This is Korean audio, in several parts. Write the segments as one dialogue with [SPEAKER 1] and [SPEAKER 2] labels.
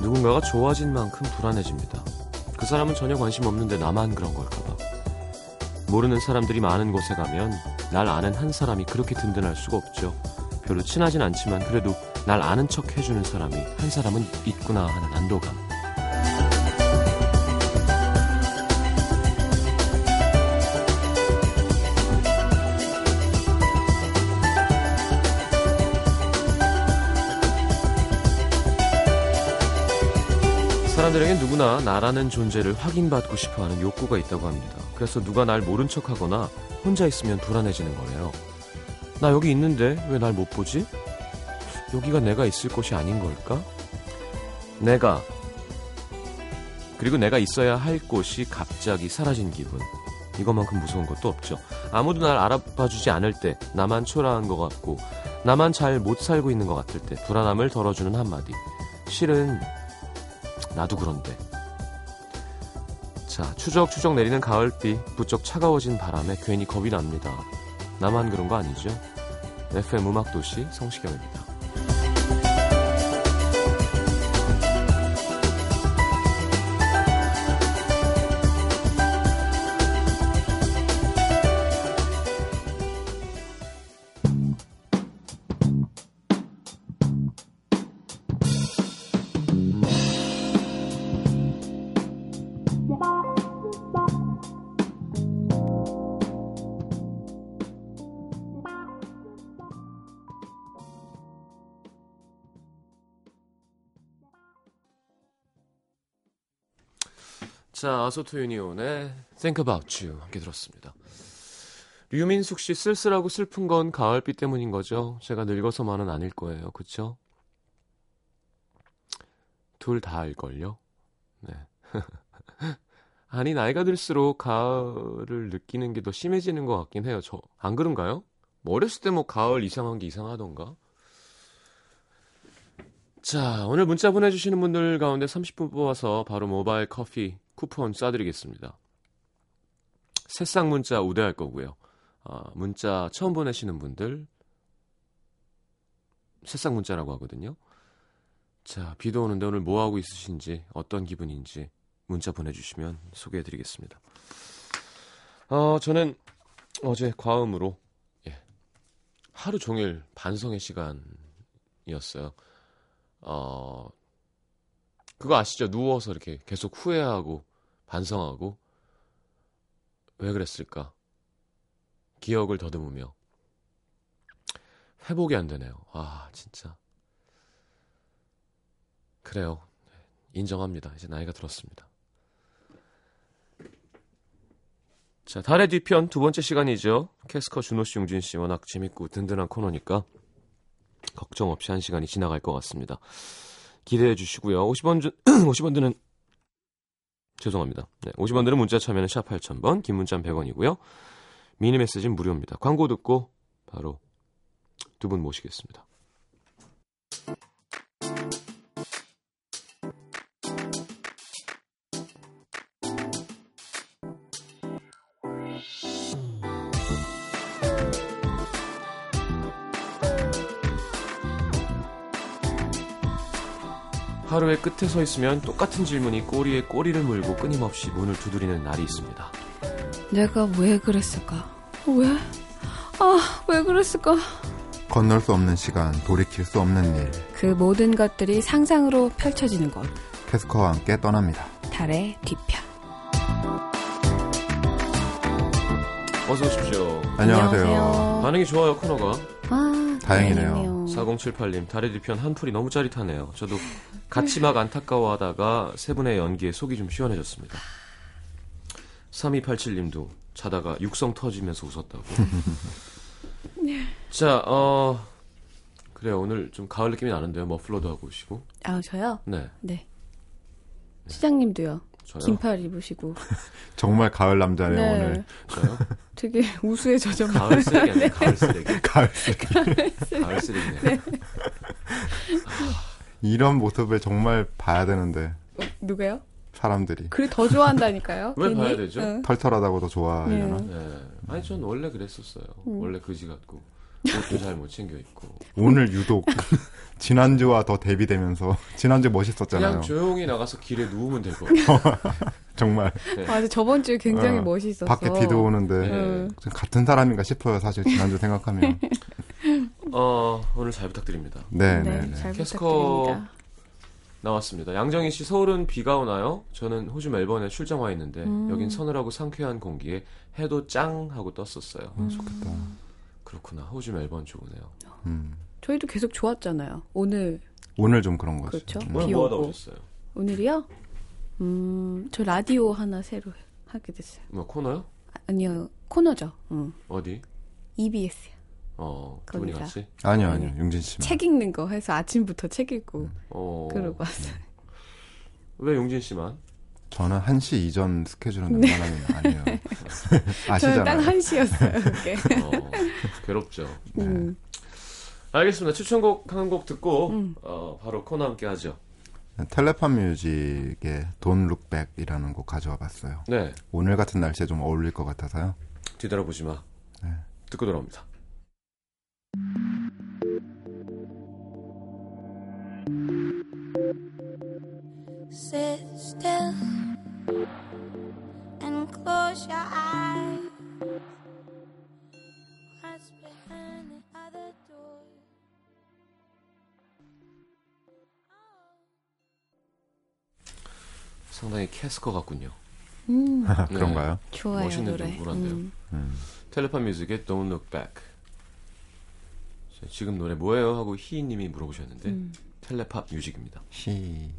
[SPEAKER 1] 뭔가가 좋아진 만큼 불안해집니다. 그 사람은 전혀 관심 없는데 나만 그런 걸까봐. 모르는 사람들이 많은 곳에 가면 날 아는 한 사람이 그렇게 든든할 수가 없죠. 별로 친하진 않지만 그래도 날 아는 척 해주는 사람이 한 사람은 있구나 하는 안도감. 사람들에겐 누구나 나라는 존재를 확인받고 싶어하는 욕구가 있다고 합니다. 그래서 누가 날 모른 척하거나 혼자 있으면 불안해지는 거래요. 나 여기 있는데 왜 날 못 보지? 여기가 내가 있을 곳이 아닌 걸까? 내가 그리고 내가 있어야 할 곳이 갑자기 사라진 기분. 이것만큼 무서운 것도 없죠. 아무도 날 알아봐주지 않을 때 나만 초라한 것 같고 나만 잘 못 살고 있는 것 같을 때 불안함을 덜어주는 한마디. 실은 나도 그런데. 자, 추적추적 내리는 가을비, 부쩍 차가워진 바람에 괜히 겁이 납니다. 나만 그런 거 아니죠? FM 음악도시 성시경입니다. 자, 아소토 유니온의 Think About You 함께 들었습니다. 류민숙 씨 쓸쓸하고 슬픈 건 가을비 때문인 거죠? 제가 늙어서만은 아닐 거예요. 그쵸? 둘 다 알걸요? 네. 아니, 나이가 들수록 가을을 느끼는 게 더 심해지는 것 같긴 해요. 저, 안 그런가요? 뭐 어렸을 때 뭐 가을 이상한 게 이상하던가? 자, 오늘 문자 보내주시는 분들 가운데 30분 뽑아서 바로 모바일 커피 쿠폰 쏴드리겠습니다. 새싹 문자 우대할 거고요. 아, 문자 처음 보내시는 분들 새싹 문자라고 하거든요. 자, 비도 오는데 오늘 뭐 하고 있으신지 어떤 기분인지 문자 보내주시면 소개해드리겠습니다. 어, 저는 어제 과음으로 예, 하루 종일 반성의 시간이었어요. 어, 그거 아시죠? 누워서 이렇게 계속 후회하고 반성하고 왜 그랬을까? 기억을 더듬으며 회복이 안 되네요. 아, 진짜. 그래요. 인정합니다. 이제 나이가 들었습니다. 자, 달의 뒤편 두 번째 시간이죠. 캐스커 준호 씨, 용진 씨 워낙 재밌고 든든한 코너니까 걱정 없이 한 시간이 지나갈 것 같습니다. 기대해 주시고요. 50원, 주, 50원 드는 죄송합니다. 네, 50원 드는 문자 참여는 샵 8000번, 긴 문자는 100원이고요. 미니 메시지는 무료입니다. 광고 듣고 바로 두 분 모시겠습니다. 하루의 끝에 서 있으면 똑같은 질문이 꼬리에 꼬리를 물고 끊임없이 문을 두드리는 날이 있습니다.
[SPEAKER 2] 내가 왜 그랬을까? 왜? 아, 왜 그랬을까?
[SPEAKER 3] 건널 수 없는 시간, 돌이킬 수 없는 일.
[SPEAKER 2] 그 모든 것들이 상상으로 펼쳐지는 곳.
[SPEAKER 3] 캐스커와 함께 떠납니다.
[SPEAKER 2] 달의 뒤편.
[SPEAKER 1] 어서 오십시오.
[SPEAKER 3] 안녕하세요.
[SPEAKER 1] 반응이 좋아요, 코너가.
[SPEAKER 2] 아,
[SPEAKER 3] 다행이네요.
[SPEAKER 1] 4078님, 다리 뒤편 한풀이 너무 짜릿하네요. 저도 같이 막 안타까워하다가 세 분의 연기에 속이 좀 시원해졌습니다. 3287님도 자다가 육성 터지면서 웃었다고. 자, 어, 그래요. 오늘 좀 가을 느낌이 나는데요. 머플러도 하고 오시고.
[SPEAKER 2] 아, 저요?
[SPEAKER 1] 네,
[SPEAKER 2] 네. 시장님도요.
[SPEAKER 1] 저요.
[SPEAKER 2] 긴팔 입으시고.
[SPEAKER 3] 정말 가을 남자네요, 오늘.
[SPEAKER 1] 저요.
[SPEAKER 2] 되게 우수에 젖어.
[SPEAKER 1] 가을 쓰레기 아니에요? 가을 쓰레기.
[SPEAKER 3] 가을 쓰기.
[SPEAKER 1] 가을 쓰레기네.
[SPEAKER 3] 이런 모습을 정말 봐야 되는데,
[SPEAKER 2] 누가요?
[SPEAKER 3] 사람들이.
[SPEAKER 2] 그래 더 좋아한다니까요.
[SPEAKER 1] 왜
[SPEAKER 2] 괜히?
[SPEAKER 1] 봐야 되죠?
[SPEAKER 2] 응.
[SPEAKER 3] 털털하다고 더
[SPEAKER 2] 네.
[SPEAKER 3] 좋아하려나?
[SPEAKER 1] 네. 아니, 전 원래 그랬었어요. 원래 그지 같고. 옷도 잘 못 챙겨 입고
[SPEAKER 3] 오늘 유독 지난주와 더 대비되면서 지난주 멋있었잖아요.
[SPEAKER 1] 그냥 조용히 나가서 길에 누우면 될 것 같아요.
[SPEAKER 3] 정말
[SPEAKER 2] 맞아 저번 주에 굉장히
[SPEAKER 3] 어,
[SPEAKER 2] 멋있었어.
[SPEAKER 3] 밖에 비도 오는데
[SPEAKER 1] 네.
[SPEAKER 3] 좀 같은 사람인가 싶어요. 사실 지난주 생각하면.
[SPEAKER 1] 어, 오늘 잘 부탁드립니다.
[SPEAKER 3] 네, 네,
[SPEAKER 2] 네,
[SPEAKER 3] 네.
[SPEAKER 2] 잘
[SPEAKER 1] 캐스커.
[SPEAKER 2] 부탁드립니다.
[SPEAKER 1] 나왔습니다. 양정희 씨, 서울은 비가 오나요? 저는 호주 멜번에 출장 와 있는데
[SPEAKER 2] 음.
[SPEAKER 1] 여긴 서늘하고 상쾌한 공기에 해도 짱 하고 떴었어요.
[SPEAKER 2] 음.
[SPEAKER 3] 좋겠다.
[SPEAKER 1] 그렇구나. 호주 멜번 좋으네요.
[SPEAKER 3] 음.
[SPEAKER 2] 저희도 계속 좋았잖아요. 오늘
[SPEAKER 3] 오늘 좀 그런 거지.
[SPEAKER 2] 그렇죠.
[SPEAKER 3] 음.
[SPEAKER 1] 오늘
[SPEAKER 2] 비
[SPEAKER 1] 뭐 하다
[SPEAKER 2] 오고.
[SPEAKER 1] 오셨어요?
[SPEAKER 2] 오늘이요? 음, 저 라디오 하나 새로 하게 됐어요.
[SPEAKER 1] 뭐 코너요?
[SPEAKER 2] 아, 아니요, 코너죠. E 음,
[SPEAKER 1] 어디?
[SPEAKER 2] EBS요.
[SPEAKER 1] 어, 두 분이
[SPEAKER 2] 거기다.
[SPEAKER 1] 같이?
[SPEAKER 3] 아니요, 아니요. 융진 씨만.
[SPEAKER 2] 책 읽는 거 해서 아침부터 책 읽고
[SPEAKER 1] 어,
[SPEAKER 2] 그러고 왔어요.
[SPEAKER 1] 왜 용진 씨만?
[SPEAKER 3] 저는 1시 이전 스케줄은 웬만하면 아니에요.
[SPEAKER 2] 네. 저는
[SPEAKER 3] 아시잖아요.
[SPEAKER 2] 딱 한시였어요 그게.
[SPEAKER 1] 어, 괴롭죠.
[SPEAKER 2] 음.
[SPEAKER 1] 알겠습니다. 추천곡 한 곡 듣고 어, 바로 코너 함께 하죠.
[SPEAKER 3] 텔레파 뮤직의 Don't Look Back이라는 곡 가져와 봤어요.
[SPEAKER 1] 네,
[SPEAKER 3] 오늘 같은 날씨에 좀 어울릴 것 같아서요.
[SPEAKER 1] 뒤돌아보지 마.
[SPEAKER 3] 네.
[SPEAKER 1] 듣고 돌아옵니다.
[SPEAKER 4] Sit still and close your eyes. What's behind the other door?
[SPEAKER 1] 상당히 캐스커 같군요.
[SPEAKER 3] 네.
[SPEAKER 2] 음,
[SPEAKER 3] 그런가요?
[SPEAKER 2] 좋아요
[SPEAKER 1] 멋있는
[SPEAKER 2] 노래. 음.
[SPEAKER 1] 동굴한데요. 텔레파 뮤직의 Don't Look Back. 자, 지금 노래 뭐예요? 하고 희희님이
[SPEAKER 3] 네.
[SPEAKER 1] 물어보셨는데
[SPEAKER 4] 음.
[SPEAKER 2] 음.
[SPEAKER 1] 텔레파 뮤직입니다.
[SPEAKER 3] 시.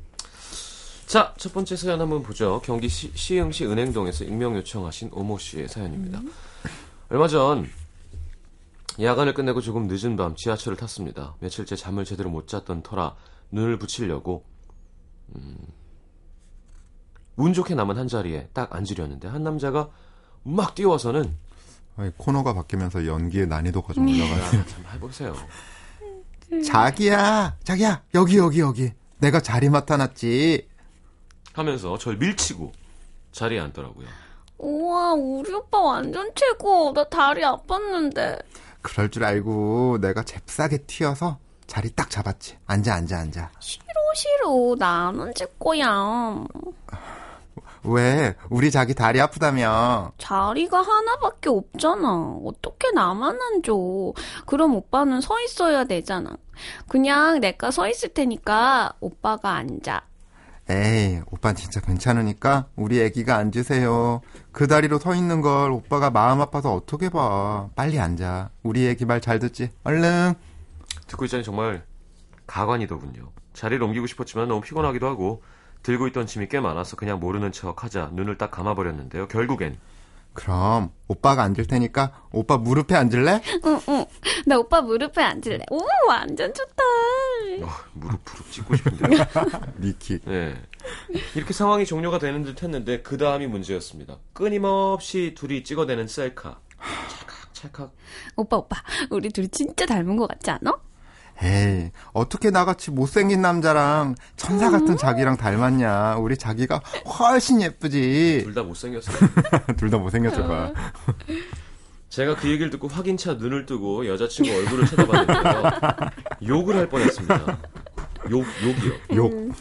[SPEAKER 1] 자, 첫 번째 사연 한번 보죠. 경기 시, 시흥시 은행동에서 익명 요청하신 오모 씨의 사연입니다. 얼마 전 야간을 끝내고 조금 늦은 밤 지하철을 탔습니다. 며칠째 잠을 제대로 못 잤던 터라 눈을 붙이려고 음, 운 좋게 남은 한 자리에 딱 앉으려는데 한 남자가 막 뛰어와서는
[SPEAKER 3] 아니, 코너가 바뀌면서 연기의
[SPEAKER 2] 네.
[SPEAKER 3] 난이도가 좀 올라가요.
[SPEAKER 1] 야, 아, 참 해보세요.
[SPEAKER 2] 음.
[SPEAKER 3] 자기야, 자기야, 여기 여기 여기. 내가 자리 맡아놨지.
[SPEAKER 1] 하면서 절 밀치고 자리에 앉더라고요.
[SPEAKER 4] 우와, 우리 오빠 완전 최고. 나 다리 아팠는데.
[SPEAKER 3] 그럴 줄 알고 내가 잽싸게 튀어서 자리 딱 잡았지. 앉아 앉아 앉아.
[SPEAKER 4] 싫어, 싫어. 나 안 얹을 거야.
[SPEAKER 3] 왜? 우리 자기 다리 아프다며.
[SPEAKER 4] 자리가 하나밖에 없잖아. 어떻게 나만 앉아. 그럼 오빠는 서 있어야 되잖아. 그냥 내가 서 있을 테니까 오빠가 앉아.
[SPEAKER 3] 에이, 오빠 진짜 괜찮으니까 우리 애기가 앉으세요. 그 다리로 서 있는 걸 오빠가 마음 아파서 어떻게 봐. 빨리 앉아. 우리 애기 말 잘 듣지? 얼른.
[SPEAKER 1] 듣고 있자니 정말 가관이더군요. 자리를 옮기고 싶었지만 너무 피곤하기도 하고 들고 있던 짐이 꽤 많아서 그냥 모르는 척 하자 눈을 딱 감아버렸는데요. 결국엔
[SPEAKER 3] 그럼 오빠가 앉을 테니까 오빠 무릎에 앉을래?
[SPEAKER 4] 응, 응. 나 오빠 무릎에 앉을래. 오, 완전 좋다.
[SPEAKER 1] 어, 무릎 부릅 찍고 싶은데요.
[SPEAKER 3] 미키.
[SPEAKER 1] 네. 이렇게 상황이 종료가 되는 듯 했는데 그 다음이 문제였습니다. 끊임없이 둘이 찍어대는 셀카. 찰칵 찰칵.
[SPEAKER 4] 오빠, 오빠. 우리 둘이 진짜 닮은 것 같지 않아?
[SPEAKER 3] 에이, 어떻게 나같이 못생긴 남자랑 천사 같은 자기랑 닮았냐. 우리 자기가 훨씬 예쁘지.
[SPEAKER 1] 둘 다 못생겼어요.
[SPEAKER 3] 둘 다 못생겼을
[SPEAKER 2] 아,
[SPEAKER 3] 거야.
[SPEAKER 1] 제가 그 얘기를 듣고 확인차 눈을 뜨고 여자친구 얼굴을 쳐다봤는데요. 욕을 할 뻔했습니다. 욕, 욕이요.
[SPEAKER 3] 욕.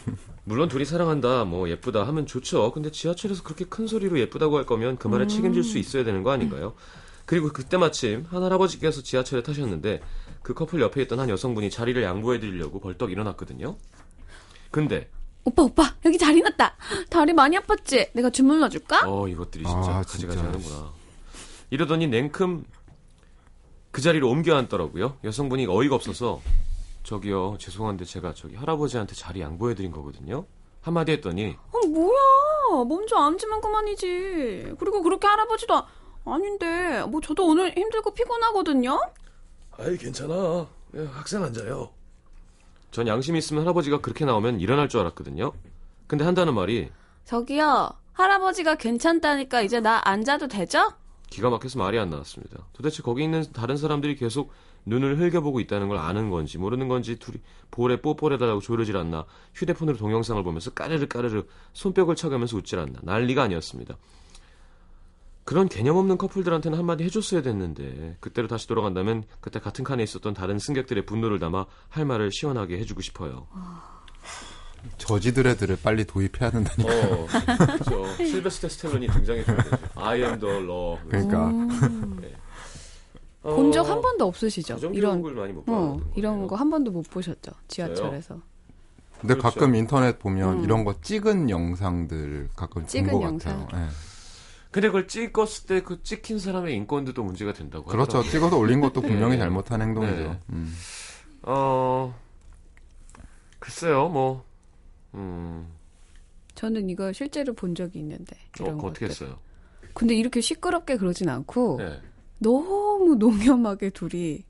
[SPEAKER 1] 물론 둘이 사랑한다, 뭐 예쁘다 하면 좋죠. 근데 지하철에서 그렇게 큰 소리로 예쁘다고 할 거면 그
[SPEAKER 3] 음.
[SPEAKER 1] 말에 책임질 수 있어야 되는 거 아닌가요? 그리고 그때 마침 한 할아버지께서 지하철에 타셨는데 그 커플 옆에 있던 한 여성분이 자리를 양보해 드리려고 벌떡 일어났거든요. 근데
[SPEAKER 4] 오빠, 오빠. 여기 자리 났다. 다리 많이 아팠지? 내가 주물 넣어줄까?
[SPEAKER 1] 어 이것들이 진짜
[SPEAKER 3] 아,
[SPEAKER 1] 가지가지
[SPEAKER 3] 진짜.
[SPEAKER 1] 하는구나. 이러더니 냉큼 그 자리로 옮겨 앉더라고요. 여성분이 어이가 없어서 저기요 죄송한데 제가 저기 할아버지한테 자리 양보해드린 거거든요. 한마디 했더니
[SPEAKER 4] 어,
[SPEAKER 2] 아,
[SPEAKER 4] 뭐야. 먼저 앉으면 그만이지. 그리고 그렇게 할아버지도 아- 아닌데. 뭐 저도 오늘 힘들고 피곤하거든요?
[SPEAKER 1] 아이 괜찮아 예, 학생 앉아요 전 양심이 있으면 할아버지가 그렇게 나오면 일어날 줄 알았거든요 근데 한다는 말이
[SPEAKER 4] 저기요. 할아버지가 괜찮다니까 이제 나 앉아도 되죠?
[SPEAKER 1] 기가 막혀서 말이 안 나왔습니다 도대체 거기 있는 다른 사람들이 계속 눈을 흘겨보고 있다는 걸 아는 건지 모르는 건지 둘이 볼에 뽀뽀해달라고 조르질 않나 휴대폰으로 동영상을 보면서 까르르 까르르 손뼉을 쳐가면서 웃질 않나 난리가 아니었습니다 그런 개념 없는 커플들한테는 한마디 해줬어야 됐는데 그때로 다시 돌아간다면 그때 같은 칸에 있었던 다른 승객들의 분노를 담아 할 말을 시원하게 해주고 싶어요.
[SPEAKER 3] 저지드레드를 빨리 도입해야 된다니.
[SPEAKER 1] 어,
[SPEAKER 2] 네.
[SPEAKER 1] 그렇죠. 실베스터 스텔론이 등장해줘야 되죠. I am the law. 어,
[SPEAKER 3] 그러니까
[SPEAKER 2] 네. 음. 본 적 한 번도 없으시죠?
[SPEAKER 1] 자전거 이런
[SPEAKER 2] 이런
[SPEAKER 1] 걸 많이 못
[SPEAKER 2] 어,
[SPEAKER 1] 봤는데.
[SPEAKER 2] 이런 거 한 번도 못 보셨죠? 지하철에서.
[SPEAKER 3] 근데
[SPEAKER 1] 그렇죠.
[SPEAKER 3] 가끔 인터넷 보면
[SPEAKER 2] 음.
[SPEAKER 3] 이런 거 찍은 영상들 가끔
[SPEAKER 2] 찍은
[SPEAKER 3] 본것
[SPEAKER 2] 영상.
[SPEAKER 3] 같아요. 예.
[SPEAKER 1] 근데 그걸 찍었을 때 그 찍힌 사람의 인권도 또 문제가 된다고.
[SPEAKER 3] 그렇죠.
[SPEAKER 1] 하더라고요.
[SPEAKER 3] 찍어서 올린 것도 분명히
[SPEAKER 1] 네.
[SPEAKER 3] 잘못한 행동이죠.
[SPEAKER 1] 네.
[SPEAKER 3] 음.
[SPEAKER 1] 어, 글쎄요, 뭐, 음,
[SPEAKER 2] 저는 이거 실제로 본 적이 있는데
[SPEAKER 1] 어,
[SPEAKER 2] 이런 어.
[SPEAKER 1] 그거
[SPEAKER 2] 것
[SPEAKER 1] 어떻게 했어요?
[SPEAKER 2] 근데 이렇게 시끄럽게 그러진 않고
[SPEAKER 1] 네.
[SPEAKER 2] 너무 농염하게 둘이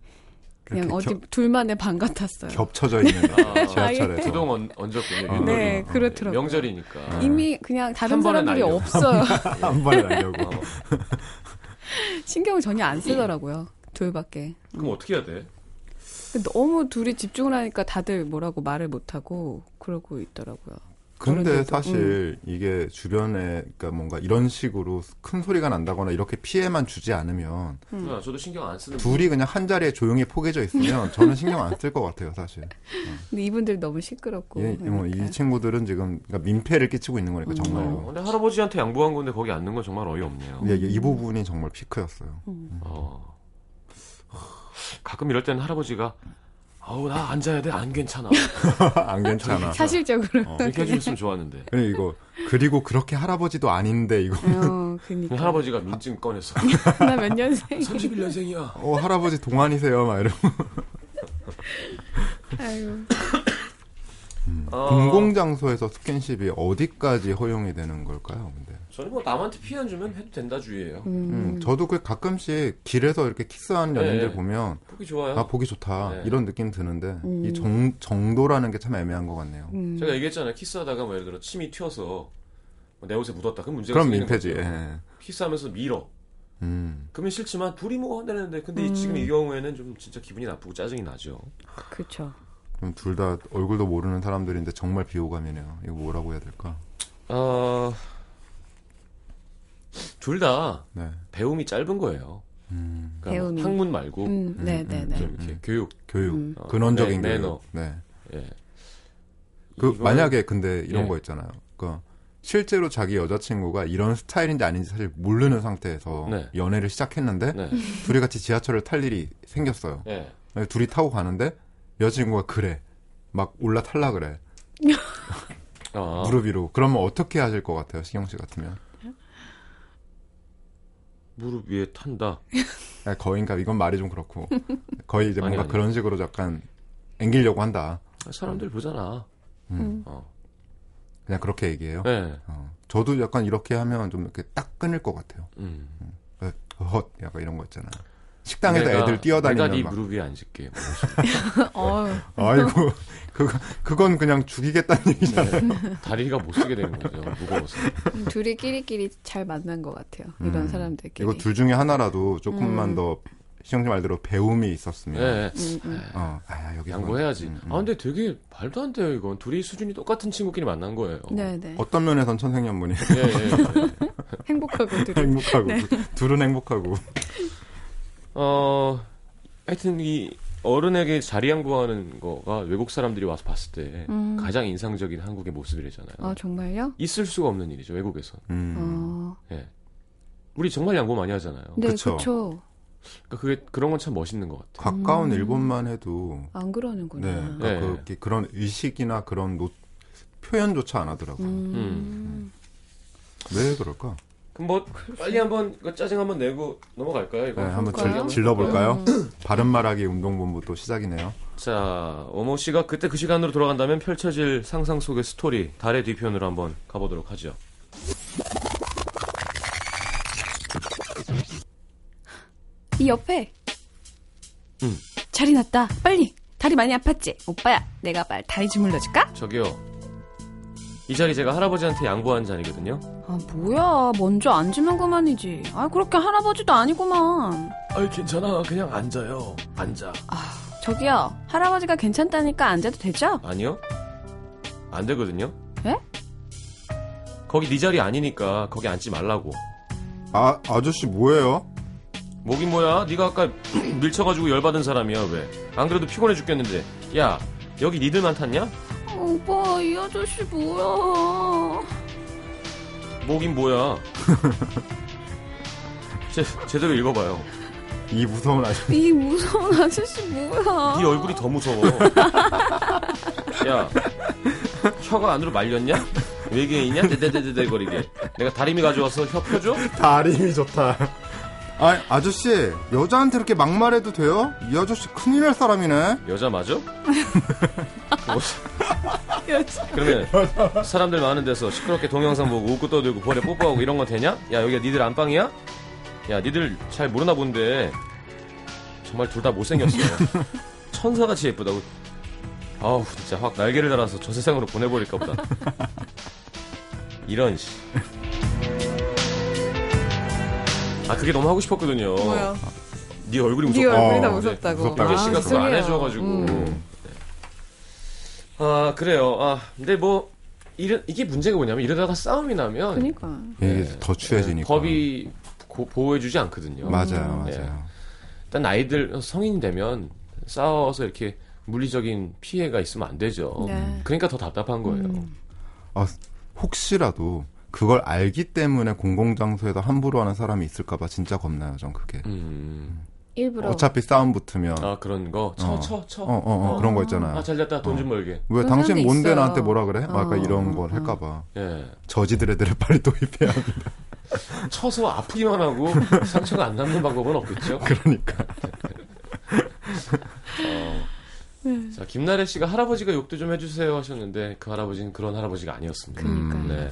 [SPEAKER 2] 그냥
[SPEAKER 3] 이렇게
[SPEAKER 2] 어디
[SPEAKER 3] 겹-
[SPEAKER 2] 둘만의 방
[SPEAKER 4] 네.
[SPEAKER 2] 같았어요.
[SPEAKER 3] 겹쳐져 있는
[SPEAKER 1] 아,
[SPEAKER 3] 지하철에서.
[SPEAKER 1] 구동 얹- 얹었군요.
[SPEAKER 3] 아,
[SPEAKER 1] 윷놀이. 어,
[SPEAKER 2] 네, 그렇더라고요.
[SPEAKER 1] 명절이니까.
[SPEAKER 2] 이미 그냥 다른
[SPEAKER 1] 한 번에
[SPEAKER 2] 사람들이
[SPEAKER 1] 날려.
[SPEAKER 2] 없어요.
[SPEAKER 3] 한 번에
[SPEAKER 1] 어,
[SPEAKER 3] 날려고.
[SPEAKER 2] 신경을 전혀 안 쓰더라고요. 둘밖에.
[SPEAKER 1] 그럼 어떻게 해야 돼?
[SPEAKER 2] 근데 너무 둘이 집중을 하니까 다들 뭐라고 말을 못하고 그러고 있더라고요.
[SPEAKER 3] 근데
[SPEAKER 2] 어른들도,
[SPEAKER 3] 사실 이게 주변에 그러니까 뭔가 이런 식으로 큰 소리가 난다거나 이렇게 피해만 주지 않으면
[SPEAKER 2] 음.
[SPEAKER 1] 아, 저도 신경 안 쓰는.
[SPEAKER 3] 둘이 그냥 한 자리에 조용히 포개져 있으면 저는 신경 안 쓸 것 같아요, 사실.
[SPEAKER 2] 근데 이분들 너무 시끄럽고.
[SPEAKER 3] 이, 뭐, 이
[SPEAKER 2] 그러니까. 분이
[SPEAKER 3] 친구들은 지금 그러니까 민폐를 끼치고 있는 거니까
[SPEAKER 2] 음.
[SPEAKER 1] 분.
[SPEAKER 3] 정말로.
[SPEAKER 1] 어, 근데 할아버지한테 양보한 건데 거기 앉는 건 정말 어이없네요.
[SPEAKER 3] 예, 예, 이 부분이 정말 피크였어요.
[SPEAKER 1] 어. 가끔 이럴 때는 할아버지가 아우 나 앉아야 돼 안 괜찮아
[SPEAKER 3] 안 괜찮아.
[SPEAKER 2] 사실적으로.
[SPEAKER 3] 어.
[SPEAKER 1] 이렇게 해주셨으면 좋았는데
[SPEAKER 3] 그래, 이거 그리고 그렇게 할아버지도 아닌데 이거.
[SPEAKER 2] 어,
[SPEAKER 1] 근데
[SPEAKER 2] 그니까.
[SPEAKER 1] 할아버지가 민증 꺼냈어
[SPEAKER 2] 나몇 년생?
[SPEAKER 1] 31년생이야
[SPEAKER 3] 어 할아버지 동안이세요, 막 이러.
[SPEAKER 2] 아유.
[SPEAKER 1] 아, 어.
[SPEAKER 3] 공공 장소에서 스킨십이 어디까지 허용이 되는 걸까요, 근데?
[SPEAKER 1] 저는 뭐 남한테 피해 안 주면 해도 된다 주의예요
[SPEAKER 3] 음,
[SPEAKER 2] 음.
[SPEAKER 3] 저도 그 가끔씩 길에서 이렇게 키스하는 연인들
[SPEAKER 1] 네.
[SPEAKER 3] 보면
[SPEAKER 1] 보기 좋아요
[SPEAKER 3] 아 보기 좋다
[SPEAKER 1] 네.
[SPEAKER 3] 이런 느낌 드는데
[SPEAKER 2] 음.
[SPEAKER 3] 이 정, 정도라는 게 참 애매한 것 같네요.
[SPEAKER 2] 음.
[SPEAKER 1] 제가 얘기했잖아요 키스하다가 뭐 예를 들어 침이 튀어서 뭐내 옷에 묻었다 그럼 문제가
[SPEAKER 3] 그럼
[SPEAKER 1] 생기는
[SPEAKER 3] 민폐지.
[SPEAKER 1] 거죠.
[SPEAKER 3] 예.
[SPEAKER 1] 키스하면서 밀어
[SPEAKER 3] 음.
[SPEAKER 1] 그러면 싫지만 둘이 뭐 한다는데 근데 이- 지금 이 경우에는 좀 진짜 기분이 나쁘고 짜증이 나죠
[SPEAKER 2] 그쵸.
[SPEAKER 3] 둘 다 얼굴도 모르는 사람들인데 정말 비호감이네요. 이거 뭐라고 해야 될까?
[SPEAKER 1] 어... 둘다
[SPEAKER 3] 네.
[SPEAKER 1] 배움이 짧은 거예요
[SPEAKER 3] 음.
[SPEAKER 1] 그러니까 뭐
[SPEAKER 2] 배움이.
[SPEAKER 1] 학문 말고
[SPEAKER 2] 음, 네네네.
[SPEAKER 1] 좀 이렇게 교육
[SPEAKER 3] 교육.
[SPEAKER 2] 음.
[SPEAKER 1] 어,
[SPEAKER 3] 근원적인
[SPEAKER 1] 매- 매너.
[SPEAKER 3] 교육. 네.
[SPEAKER 1] 예.
[SPEAKER 3] 그
[SPEAKER 1] 이거는-
[SPEAKER 3] 만약에 근데 이런
[SPEAKER 1] 예.
[SPEAKER 3] 거 있잖아요. 그러니까 실제로 자기 여자친구가 이런 스타일인지 아닌지 사실 모르는 상태에서
[SPEAKER 1] 네.
[SPEAKER 3] 연애를 시작했는데
[SPEAKER 1] 네.
[SPEAKER 3] 둘이 같이 지하철을 탈 일이 생겼어요.
[SPEAKER 1] 예.
[SPEAKER 3] 둘이 타고 가는데 여자친구가 그래. 막 올라탈라 그래.
[SPEAKER 1] 아,
[SPEAKER 3] 무릎 위로. 그러면 어떻게 하실 것 같아요, 시경 씨 같으면?
[SPEAKER 1] 무릎 위에 탄다.
[SPEAKER 3] 아, 거인가 이건 말이 좀 그렇고 거의 이제
[SPEAKER 1] 아니,
[SPEAKER 3] 뭔가
[SPEAKER 1] 아니.
[SPEAKER 3] 그런 식으로 약간 앵기려고 한다.
[SPEAKER 1] 아, 사람들 보잖아.
[SPEAKER 3] 음.
[SPEAKER 1] 어.
[SPEAKER 3] 그냥 그렇게 얘기해요.
[SPEAKER 1] 네.
[SPEAKER 3] 어, 저도 약간 이렇게 하면 좀 이렇게 딱 끊을 것 같아요.
[SPEAKER 1] 음.
[SPEAKER 3] 그 헛 약간 이런 거 있잖아. 식당에서 애들
[SPEAKER 1] 내가 네
[SPEAKER 3] 뛰어다니면 막
[SPEAKER 1] 무릎 위에 앉을게. 뭐.
[SPEAKER 3] 네.
[SPEAKER 2] 어휴.
[SPEAKER 3] 아이고 그거 그건 그냥 죽이겠다는
[SPEAKER 2] 네.
[SPEAKER 3] 얘기잖아.
[SPEAKER 1] 다리가 못 쓰게 되는 거죠. 무거워서.
[SPEAKER 2] 음, 둘이 끼리끼리 잘 만난 것 같아요. 이런
[SPEAKER 3] 음.
[SPEAKER 2] 사람들끼리.
[SPEAKER 3] 이거 둘 중에 하나라도 조금만
[SPEAKER 2] 음.
[SPEAKER 3] 더 시영 씨 말대로 배움이 있었으면
[SPEAKER 1] 예.
[SPEAKER 2] 음, 음.
[SPEAKER 3] 어, 아, 여기
[SPEAKER 1] 양보해야지.
[SPEAKER 3] 음, 음.
[SPEAKER 1] 아 근데 되게 말도 안 돼요 이건. 둘이 수준이 똑같은 친구끼리 만난 거예요.
[SPEAKER 2] 네네.
[SPEAKER 3] 어떤 면에선 천생연분이
[SPEAKER 1] 예, 예, 예.
[SPEAKER 2] 행복하고 둘이.
[SPEAKER 3] 행복하고
[SPEAKER 2] 네.
[SPEAKER 3] 둘은 행복하고
[SPEAKER 1] 어, 하여튼 이 어른에게 자리 양보하는 거가 외국 사람들이 와서 봤을 때
[SPEAKER 2] 음.
[SPEAKER 1] 가장 인상적인 한국의 모습이잖아요.
[SPEAKER 2] 아, 정말요?
[SPEAKER 1] 있을 수가 없는 일이죠 외국에선.
[SPEAKER 3] 음.
[SPEAKER 2] 어.
[SPEAKER 1] 예. 우리 정말 양보 많이 하잖아요.
[SPEAKER 2] 네,
[SPEAKER 3] 그쵸.
[SPEAKER 2] 그쵸.
[SPEAKER 1] 그러니까 그게 그런 건 참 멋있는 것 같아요.
[SPEAKER 3] 가까운
[SPEAKER 2] 음.
[SPEAKER 3] 일본만 해도
[SPEAKER 2] 안 그러는구나.
[SPEAKER 3] 네, 그러니까
[SPEAKER 1] 네.
[SPEAKER 3] 그렇게 그런 의식이나 그런 노, 표현조차 안 하더라고요.
[SPEAKER 2] 음.
[SPEAKER 3] 왜 그럴까?
[SPEAKER 1] 그럼 뭐 빨리 한번 이거 짜증 한번 내고 넘어갈까요? 이거
[SPEAKER 3] 네, 한번
[SPEAKER 2] 그럴까요? 음.
[SPEAKER 3] 질, 질러볼까요? 바른 말하기 운동본부 또 시작이네요.
[SPEAKER 1] 자, 오모 씨가 그때 그 시간으로 돌아간다면 펼쳐질 상상 속의 스토리 달의 뒤편으로 한번 가보도록 하죠.
[SPEAKER 4] 이 옆에.
[SPEAKER 1] 응.
[SPEAKER 4] 자리 났다. 빨리. 다리 많이 아팠지? 오빠야, 내가 빨 다리 주물러줄까?
[SPEAKER 1] 저기요. 이 자리 제가 할아버지한테 양보한 자리거든요.
[SPEAKER 4] 아, 뭐야. 먼저 앉으면 그만이지. 아, 그렇게 할아버지도 아니구만.
[SPEAKER 1] 아이 괜찮아. 그냥 앉아요. 앉아.
[SPEAKER 4] 저기요, 할아버지가 괜찮다니까 앉아도 되죠?
[SPEAKER 1] 아니요. 안 되거든요. 네
[SPEAKER 4] 에?
[SPEAKER 1] 거기 네 자리 아니니까 거기 앉지 말라고.
[SPEAKER 3] 아, 아저씨 뭐예요?
[SPEAKER 1] 뭐긴 뭐야? 네가 아까 밀쳐가지고 열받은 사람이야 왜? 안 그래도 피곤해 죽겠는데. 야 여기 니들만 탔냐?
[SPEAKER 4] 오빠, 이 아저씨 뭐야.
[SPEAKER 1] 뭐긴 뭐야? 제, 제대로 읽어봐요.
[SPEAKER 3] 이 무서운 아저씨.
[SPEAKER 4] 이 무서운 아저씨 뭐야.
[SPEAKER 1] 네 얼굴이 더 무서워. 야, 혀가 안으로 말렸냐? 외계인이냐? 데데데데거리게. 내가 다리미 가져와서 혀 펴줘?
[SPEAKER 3] 다림이 좋다. 아, 아저씨, 여자한테 이렇게 막말해도 돼요? 이 아저씨 큰일 날 사람이네.
[SPEAKER 1] 여자 맞아? 뭐, 그러면 사람들 많은 데서 시끄럽게 동영상 보고 웃고 떠들고 볼에 뽀뽀하고 이런 거 되냐? 야 여기가 니들 안방이야? 야 니들 잘 모르나 본데 정말 둘 다 못생겼어 천사같이 예쁘다고 아우 진짜 확 날개를 달아서 저 세상으로 보내버릴까 보다 이런 씨 아 아, 그게 너무 하고 싶었거든요
[SPEAKER 2] 뭐야?
[SPEAKER 4] 어,
[SPEAKER 1] 네 얼굴이
[SPEAKER 2] 네
[SPEAKER 1] 무섭다
[SPEAKER 2] 얼굴이 다
[SPEAKER 3] 어,
[SPEAKER 2] 무섭다고.
[SPEAKER 3] 무섭다고.
[SPEAKER 1] 유재
[SPEAKER 4] 아,
[SPEAKER 1] 씨가 그걸 안
[SPEAKER 2] 아, 죄송해요.
[SPEAKER 1] 해줘가지고.
[SPEAKER 2] 음.
[SPEAKER 1] 네. 아 그래요. 아 근데 뭐 이래, 이게 문제가 뭐냐면 이러다가 싸움이 나면
[SPEAKER 2] 그니까.
[SPEAKER 3] 이게 더
[SPEAKER 1] 네, 법이 고- 보호해주지 않거든요.
[SPEAKER 3] 맞아요,
[SPEAKER 1] 네.
[SPEAKER 3] 맞아요.
[SPEAKER 1] 일단 아이들 성인이 되면 싸워서 이렇게 물리적인 피해가 있으면 안 되죠.
[SPEAKER 2] 네. 음.
[SPEAKER 1] 그러니까 더 답답한 거예요.
[SPEAKER 3] 아, 혹시라도 그걸 알기 때문에 공공장소에서 함부로 하는 사람이 있을까봐 진짜 겁나요, 전 그게.
[SPEAKER 1] 음.
[SPEAKER 4] 일부러.
[SPEAKER 3] 어차피 싸움 붙으면.
[SPEAKER 1] 아 그런 거. 쳐,
[SPEAKER 3] 어.
[SPEAKER 1] 쳐, 쳐.
[SPEAKER 3] 어, 어, 어, 그런 어. 거 있잖아요.
[SPEAKER 1] 아, 잘 됐다. 돈 좀 벌게.
[SPEAKER 3] 왜
[SPEAKER 2] 그런
[SPEAKER 3] 당신
[SPEAKER 2] 사람도
[SPEAKER 3] 뭔데
[SPEAKER 2] 있어요.
[SPEAKER 3] 나한테 뭐라 그래? 막 약간
[SPEAKER 2] 어,
[SPEAKER 3] 이런
[SPEAKER 2] 어,
[SPEAKER 3] 걸
[SPEAKER 2] 어.
[SPEAKER 1] 음.
[SPEAKER 3] 할까봐.
[SPEAKER 1] 예.
[SPEAKER 3] 저지들애들을 빨리 도입해야 한다.
[SPEAKER 1] 쳐서 아프기만 하고 상처가 안 남는 방법은 없겠죠.
[SPEAKER 3] 그러니까.
[SPEAKER 1] 자, 김나래 씨가 할아버지가 욕도 좀 해주세요 하셨는데 그 할아버지는 그런 할아버지가 아니었습니다.
[SPEAKER 2] 그니까. 요
[SPEAKER 1] 네.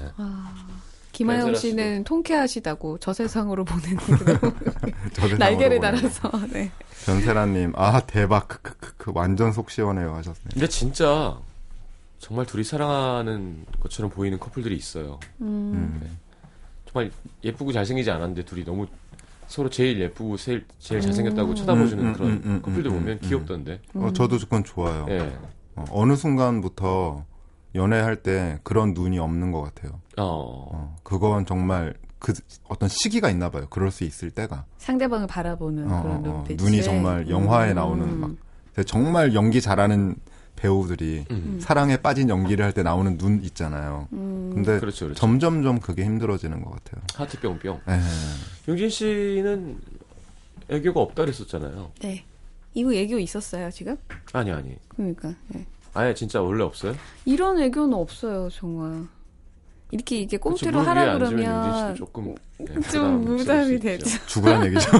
[SPEAKER 2] 김하영
[SPEAKER 1] 베드라 씨도.
[SPEAKER 2] 씨는 통쾌하시다고 저 세상으로 보내는 그
[SPEAKER 3] 저들
[SPEAKER 2] 날개를
[SPEAKER 3] 나오라고 그러네요.
[SPEAKER 2] 달아서. 네.
[SPEAKER 3] 변세라님, 아, 대박. 크크크크. 완전 속 시원해요. 하셨어요.
[SPEAKER 1] 근데 진짜 정말 둘이 사랑하는 것처럼 보이는 커플들이 있어요.
[SPEAKER 3] 음.
[SPEAKER 1] 정말 예쁘고 잘생기지 않았는데 둘이 너무 서로 제일 예쁘고 제일, 제일 잘생겼다고 쳐다보주는
[SPEAKER 3] 음, 음,
[SPEAKER 1] 그런
[SPEAKER 3] 음, 음,
[SPEAKER 1] 커플들
[SPEAKER 3] 음,
[SPEAKER 1] 보면
[SPEAKER 3] 음.
[SPEAKER 1] 귀엽던데.
[SPEAKER 3] 어, 저도 그건 좋아요.
[SPEAKER 1] 예.
[SPEAKER 3] 어, 어느 순간부터 연애할 때 그런 눈이 없는 것 같아요.
[SPEAKER 1] 어.
[SPEAKER 3] 어, 그건 정말 그 어떤 시기가 있나 봐요. 그럴 수 있을 때가.
[SPEAKER 2] 상대방을
[SPEAKER 1] 음,
[SPEAKER 2] 바라보는
[SPEAKER 3] 어,
[SPEAKER 2] 그런 음.
[SPEAKER 3] 어, 어.
[SPEAKER 2] 눈빛.
[SPEAKER 3] 눈이 정말 영화에 나오는 막 근데 정말 연기 잘하는 배우들이
[SPEAKER 1] 음.
[SPEAKER 3] 사랑에 빠진 연기를 할 때 나오는 눈 있잖아요.
[SPEAKER 2] 음.
[SPEAKER 3] 근데
[SPEAKER 1] 그렇죠, 그렇죠.
[SPEAKER 3] 점점점 그게 힘들어지는 것 같아요.
[SPEAKER 1] 하트뿅뿅.
[SPEAKER 3] 예.
[SPEAKER 1] 용진 씨는 애교가 없다 그랬었잖아요.
[SPEAKER 2] 네. 이거 애교 있었어요, 지금?
[SPEAKER 1] 아니, 아니.
[SPEAKER 2] 그러니까. 네.
[SPEAKER 1] 아예 진짜 원래 없어요?
[SPEAKER 2] 이런 애교는 없어요, 정말. 이렇게 이게
[SPEAKER 1] 그렇죠,
[SPEAKER 2] 꽁트로
[SPEAKER 1] 물 위에
[SPEAKER 2] 하라
[SPEAKER 1] 앉으면 용진
[SPEAKER 2] 그러면
[SPEAKER 1] 씨 조금 예,
[SPEAKER 2] 좀
[SPEAKER 1] 부담스러울 수
[SPEAKER 2] 부담이
[SPEAKER 1] 있죠.
[SPEAKER 2] 되죠.
[SPEAKER 3] 죽으란 얘기죠.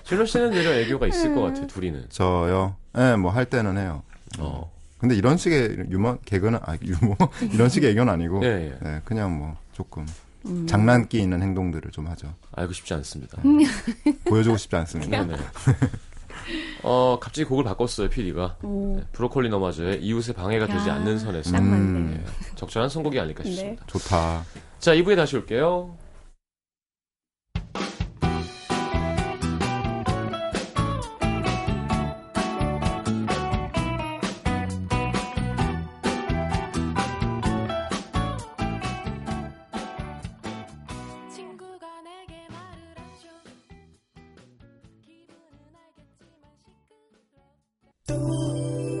[SPEAKER 1] 진로 씨는 내려 애교가 있을
[SPEAKER 4] 음.
[SPEAKER 1] 것 같아 둘이는.
[SPEAKER 3] 저요. 예, 뭐 할 때는 해요.
[SPEAKER 1] 어.
[SPEAKER 3] 근데 이런 식의 유머 개그는 아 유머 이런 식의 애교는 아니고
[SPEAKER 1] 예, 예.
[SPEAKER 3] 네, 그냥 뭐 조금
[SPEAKER 2] 음.
[SPEAKER 3] 장난기 있는 행동들을 좀 하죠.
[SPEAKER 1] 알고 싶지 않습니다.
[SPEAKER 3] 보여주고 싶지 않습니다.
[SPEAKER 1] 네, 네. 어, 갑자기 곡을 바꿨어요, PD가. 네,
[SPEAKER 2] 오,
[SPEAKER 1] 브로콜리 너마저의 이웃의 방해가 되지
[SPEAKER 2] 야.
[SPEAKER 1] 않는 선에서.
[SPEAKER 2] 딱 맞네.
[SPEAKER 3] 음.
[SPEAKER 1] 예, 적절한 선곡이
[SPEAKER 4] 네.
[SPEAKER 1] 아닐까 싶습니다.
[SPEAKER 3] 좋다.
[SPEAKER 1] 자, 2부에 다시 올게요.
[SPEAKER 5] 친구가 내게 말을 하죠. 기분은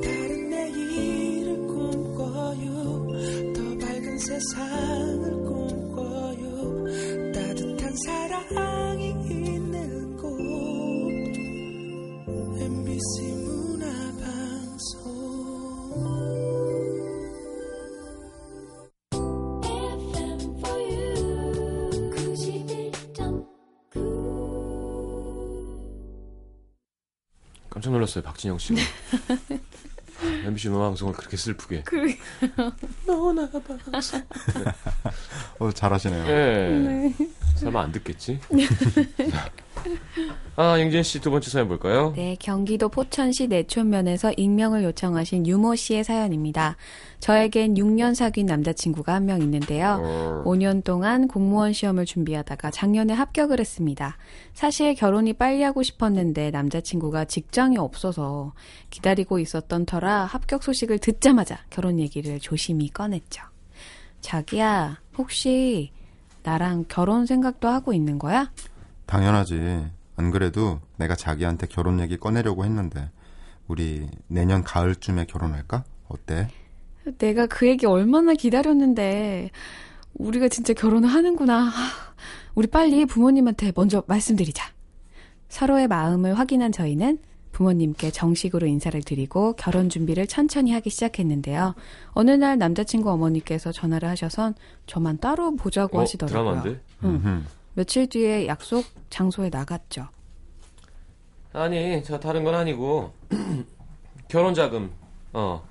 [SPEAKER 5] 알겠지만 시끄러.
[SPEAKER 6] 다른 내일을 꿈꿔요 더 밝은 세상을 꿈꿔요 따뜻한 사랑이 있는 곳 MBC 문화방송
[SPEAKER 5] FM for you. 91.9
[SPEAKER 1] 깜짝 놀랐어요, 박진영 씨가. MBC 음악방송을 그렇게 슬프게.
[SPEAKER 2] 그,
[SPEAKER 3] 어, 잘하시네요.
[SPEAKER 1] 예. 설마 안 듣겠지?
[SPEAKER 4] 네.
[SPEAKER 1] 아, 영진 씨 두 번째 사연 볼까요?
[SPEAKER 4] 네, 경기도 포천시 내촌면에서 익명을 요청하신 유모 씨의 사연입니다. 저에겐 6년 사귄 남자친구가 한 명 있는데요.
[SPEAKER 1] 어,
[SPEAKER 4] 5년 동안 공무원 시험을 준비하다가 작년에 합격을 했습니다. 사실 결혼이 빨리 하고 싶었는데 남자친구가 직장이 없어서 기다리고 있었던 터라 합격 소식을 듣자마자 결혼 얘기를 조심히 꺼냈죠. 자기야, 혹시 나랑 결혼 생각도 하고 있는 거야?
[SPEAKER 3] 당연하지. 안 그래도 내가 자기한테 결혼 얘기 꺼내려고 했는데 우리 내년 가을쯤에 결혼할까? 어때?
[SPEAKER 4] 내가 그 얘기 얼마나 기다렸는데 우리가 진짜 결혼을 하는구나. 하, 우리 빨리 부모님한테 먼저 말씀드리자. 서로의 마음을 확인한 저희는 부모님께 정식으로 인사를 드리고 결혼 준비를 천천히 하기 시작했는데요. 어느 날 남자친구 어머니께서 전화를 하셔선 저만 따로 보자고
[SPEAKER 1] 어,
[SPEAKER 4] 하시더라고요.
[SPEAKER 1] 드라마인데?
[SPEAKER 3] 음.
[SPEAKER 4] 며칠 뒤에 약속 장소에 나갔죠.
[SPEAKER 1] 아니, 저 다른 건 아니고 결혼 자금 어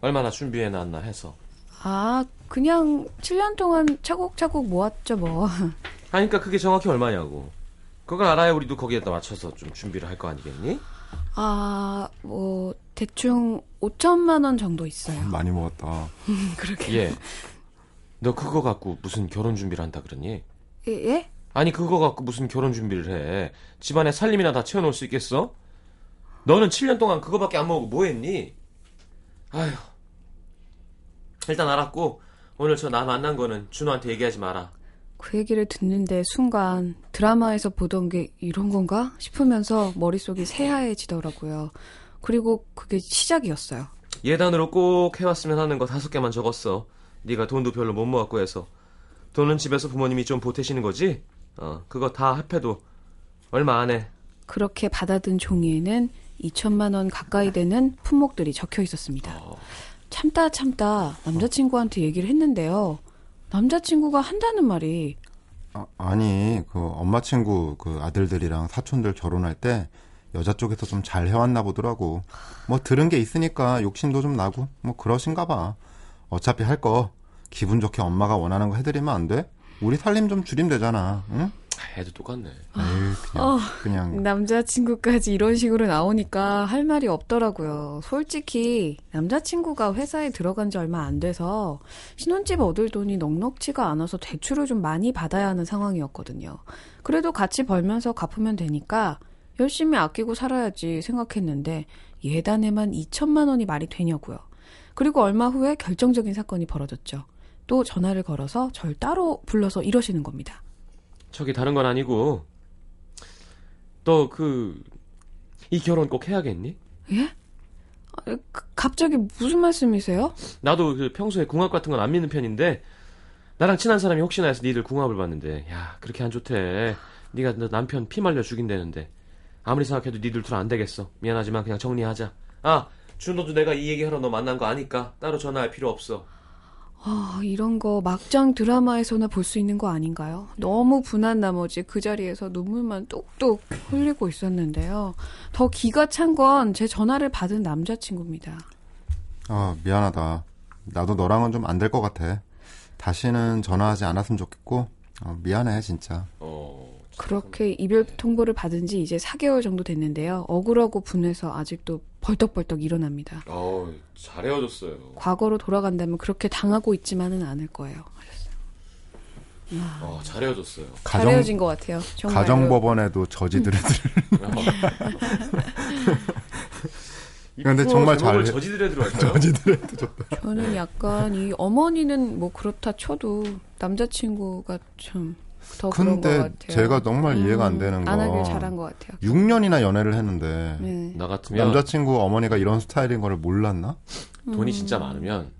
[SPEAKER 1] 얼마나 준비해 놨나 해서.
[SPEAKER 4] 아, 그냥 7년 동안 차곡차곡 모았죠, 뭐.
[SPEAKER 1] 아니, 그러니까 그게 정확히 얼마냐고. 그걸 알아야 우리도 거기에다 맞춰서 좀 준비를 할 거 아니겠니?
[SPEAKER 4] 아, 뭐 대충 5천만 원 정도 있어요.
[SPEAKER 3] 음. 많이 먹었다.
[SPEAKER 4] 그렇게.
[SPEAKER 1] 예. 너 그거 갖고 무슨 결혼 준비를 한다 그러니?
[SPEAKER 4] 예? 예?
[SPEAKER 1] 아니 그거 갖고 무슨 결혼 준비를 해? 집안에 살림이나 다 채워놓을 수 있겠어? 너는 7년 동안 그거밖에 안 먹고 뭐 했니? 아휴 일단 알았고 오늘 저 나 만난 거는 준호한테 얘기하지 마라
[SPEAKER 4] 그 얘기를 듣는데 순간 드라마에서 보던 게 이런 건가 싶으면서 머릿속이 새하얘지더라고요. 그리고 그게 시작이었어요.
[SPEAKER 1] 예단으로 꼭 해왔으면 하는 거 다섯 개만 적었어 네가 돈도 별로 못 모았고 해서 돈은 집에서 부모님이 좀 보태시는 거지? 어 그거 다 합해도 얼마 안해
[SPEAKER 4] 그렇게 받아든 종이에는 2천만 원 가까이 되는 품목들이 적혀 있었습니다. 참다 참다 남자친구한테 얘기를 했는데요. 남자친구가 한다는 말이
[SPEAKER 3] 아, 니그 엄마 친구 그 아들들이랑 사촌들 결혼할 때 여자 쪽에서 좀 잘 해왔나 보더라고. 뭐 들은 게 있으니까 욕심도 좀 나고 뭐 그러신가 봐. 어차피 할 거 기분 좋게 엄마가 원하는 거 해드리면 안 돼? 우리 살림 좀 줄임 되잖아. 응?
[SPEAKER 1] 애도 똑같네
[SPEAKER 3] 에이, 그냥
[SPEAKER 4] 어.
[SPEAKER 3] 그냥
[SPEAKER 4] 남자친구까지 이런 식으로 나오니까 할 말이 없더라고요. 솔직히 남자친구가 회사에 들어간 지 얼마 안 돼서 신혼집 얻을 돈이 넉넉치가 않아서 대출을 좀 많이 받아야 하는 상황이었거든요. 그래도 같이 벌면서 갚으면 되니까 열심히 아끼고 살아야지 생각했는데 예단에만 2천만 원이 말이 되냐고요. 그리고 얼마 후에 결정적인 사건이 벌어졌죠. 또 전화를 걸어서 절 따로 불러서 이러시는 겁니다.
[SPEAKER 1] 저기 다른 건 아니고 너 그 이 결혼 꼭 해야겠니?
[SPEAKER 4] 아니, 가- 그 갑자기 무슨 말씀이세요?
[SPEAKER 1] 나도 그 평소에 궁합 같은 건 안 믿는 편인데 나랑 친한 사람이 혹시나 해서 니들 궁합을 봤는데 야 그렇게 안 좋대 니가 너 남편 피 말려 죽인다는데 아무리 생각해도 니들 둘 안 되겠어 미안하지만 그냥 정리하자 아 준호도 내가 이 얘기하러 너 만난 거 아니까 따로 전화할 필요 없어
[SPEAKER 4] 아, 이런 거 막장 드라마에서나 볼 수 있는 거 아닌가요? 너무 분한 나머지 그 자리에서 눈물만 뚝뚝 흘리고 있었는데요. 더 기가 찬 건 제 전화를 받은 남자친구입니다.
[SPEAKER 3] 아, 미안하다. 나도 너랑은 좀 안 될 것 같아. 다시는 전화하지 않았으면 좋겠고, 어, 미안해, 진짜.
[SPEAKER 1] 어
[SPEAKER 4] 그렇게 이별 통보를 받은 지 이제 4개월 정도 됐는데요. 억울하고 분해서 아직도 벌떡벌떡 일어납니다.
[SPEAKER 1] 어우 잘 헤어졌어요
[SPEAKER 4] 과거로 돌아간다면 그렇게 당하고 있지만은 않을 거예요.
[SPEAKER 1] 어잘 헤어졌어요
[SPEAKER 4] 잘 헤어진 것 같아요. 정말로.
[SPEAKER 3] 가정법원에도 저지들을 근데 정말 잘 헤-
[SPEAKER 1] 저지들에 들어갈까요?
[SPEAKER 4] 저는 약간 이 어머니는 뭐 그렇다 쳐도 남자친구가 참 더뭐 그런 것
[SPEAKER 3] 근데
[SPEAKER 4] 같아요.
[SPEAKER 3] 제가 정말 이해가 안
[SPEAKER 4] 음,
[SPEAKER 3] 되는
[SPEAKER 4] 안 하길
[SPEAKER 3] 거. 음.
[SPEAKER 4] 잘한 것 같아요.
[SPEAKER 3] 6년이나 연애를 했는데,
[SPEAKER 4] 네.
[SPEAKER 1] 나 같으면
[SPEAKER 3] 남자친구 어머니가 이런 스타일인 거를 몰랐나?
[SPEAKER 4] 음.
[SPEAKER 1] 돈이 진짜 많으면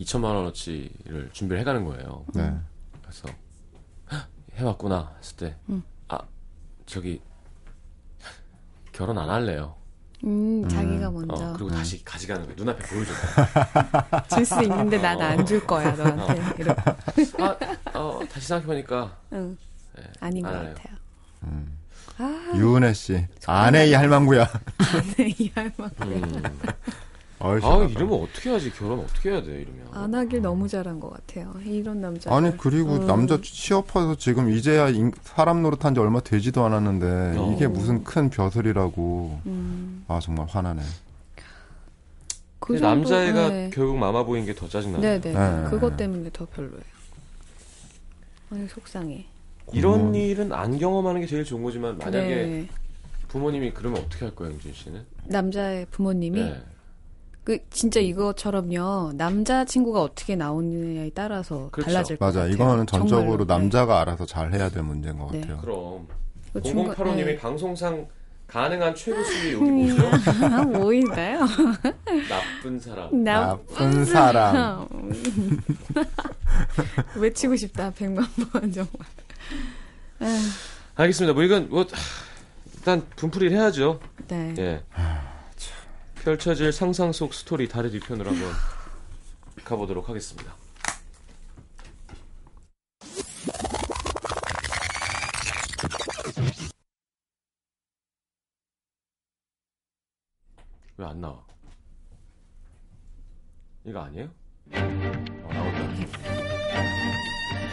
[SPEAKER 1] 2천만 원어치를 준비를 해가는 거예요.
[SPEAKER 3] 네.
[SPEAKER 1] 그래서 "헉, 해왔구나 했을 때,
[SPEAKER 4] 음.
[SPEAKER 1] 아 저기 결혼 안 할래요.
[SPEAKER 4] 음, 자기가
[SPEAKER 1] 어,
[SPEAKER 4] 먼저
[SPEAKER 1] 그리고 다시 가져가는 거예요. 눈앞에 보여줘.
[SPEAKER 4] 줄 수 있는데 난 안 줄
[SPEAKER 1] 어.
[SPEAKER 4] 거야 너한테. 이렇게.
[SPEAKER 1] 아, 어, 다시 생각해보니까
[SPEAKER 4] 응. 아닌 것
[SPEAKER 1] 네, 알아요.
[SPEAKER 4] 같아요.
[SPEAKER 3] 유은혜 씨. 아내 이 할망구야.
[SPEAKER 4] 네, 이할 만큼
[SPEAKER 1] 음.
[SPEAKER 3] 어이,
[SPEAKER 1] 아
[SPEAKER 3] 잘하다.
[SPEAKER 1] 이러면 어떻게 하지? 결혼 어떻게 해야 돼? 이러면
[SPEAKER 4] 안 하길 너무 잘한 것 같아요. 이런 남자.
[SPEAKER 3] 아니 그리고
[SPEAKER 4] 음.
[SPEAKER 3] 남자 취업해서 지금 이제야 인- 사람 노릇한 지 얼마 되지도 않았는데
[SPEAKER 1] 어.
[SPEAKER 3] 이게 무슨 큰 벼슬이라고
[SPEAKER 4] 음.
[SPEAKER 3] 아 정말 화나네
[SPEAKER 4] 그 정도-
[SPEAKER 1] 남자애가
[SPEAKER 4] 네.
[SPEAKER 1] 결국 마마 보인 게 더 짜증나요.
[SPEAKER 4] 네, 네,
[SPEAKER 3] 네.
[SPEAKER 4] 그것 때문에 더 별로예요. 아니 속상해.
[SPEAKER 1] 이런
[SPEAKER 3] 공무원.
[SPEAKER 1] 일은 안 경험하는 게 제일 좋은 거지만 만약에
[SPEAKER 4] 네.
[SPEAKER 1] 부모님이 그러면 어떻게 할 거예요, 영진 씨는?
[SPEAKER 4] 남자의 부모님이
[SPEAKER 1] 네.
[SPEAKER 4] 그 진짜 이것처럼요 남자친구가 어떻게 나오느냐에 따라서
[SPEAKER 1] 그렇죠.
[SPEAKER 4] 달라질 것
[SPEAKER 3] 맞아.
[SPEAKER 4] 같아요.
[SPEAKER 3] 이거는
[SPEAKER 4] 정말로.
[SPEAKER 3] 전적으로 남자가 알아서 잘 해야 될 문제인 것
[SPEAKER 4] 네.
[SPEAKER 3] 같아요.
[SPEAKER 1] 그럼
[SPEAKER 4] 그 중간-
[SPEAKER 1] 0085님이
[SPEAKER 4] 네.
[SPEAKER 1] 방송상 가능한 최고 수위 여기 보세요.
[SPEAKER 4] 아, 뭐인가요?
[SPEAKER 1] 나쁜 사람.
[SPEAKER 4] 나 음.
[SPEAKER 3] 나쁜 사람.
[SPEAKER 4] 외치고 싶다 100만 번 정말. 아, 에휴,
[SPEAKER 1] 알겠습니다. 뭐 이건 뭐 하, 일단 분풀이를 해야죠.
[SPEAKER 4] 네.
[SPEAKER 1] 예. 펼쳐질 상상 속 스토리 다른 뒤편으로 한번 가보도록 하겠습니다. 왜 안 나와? 이거 아니에요? 어, 나온다.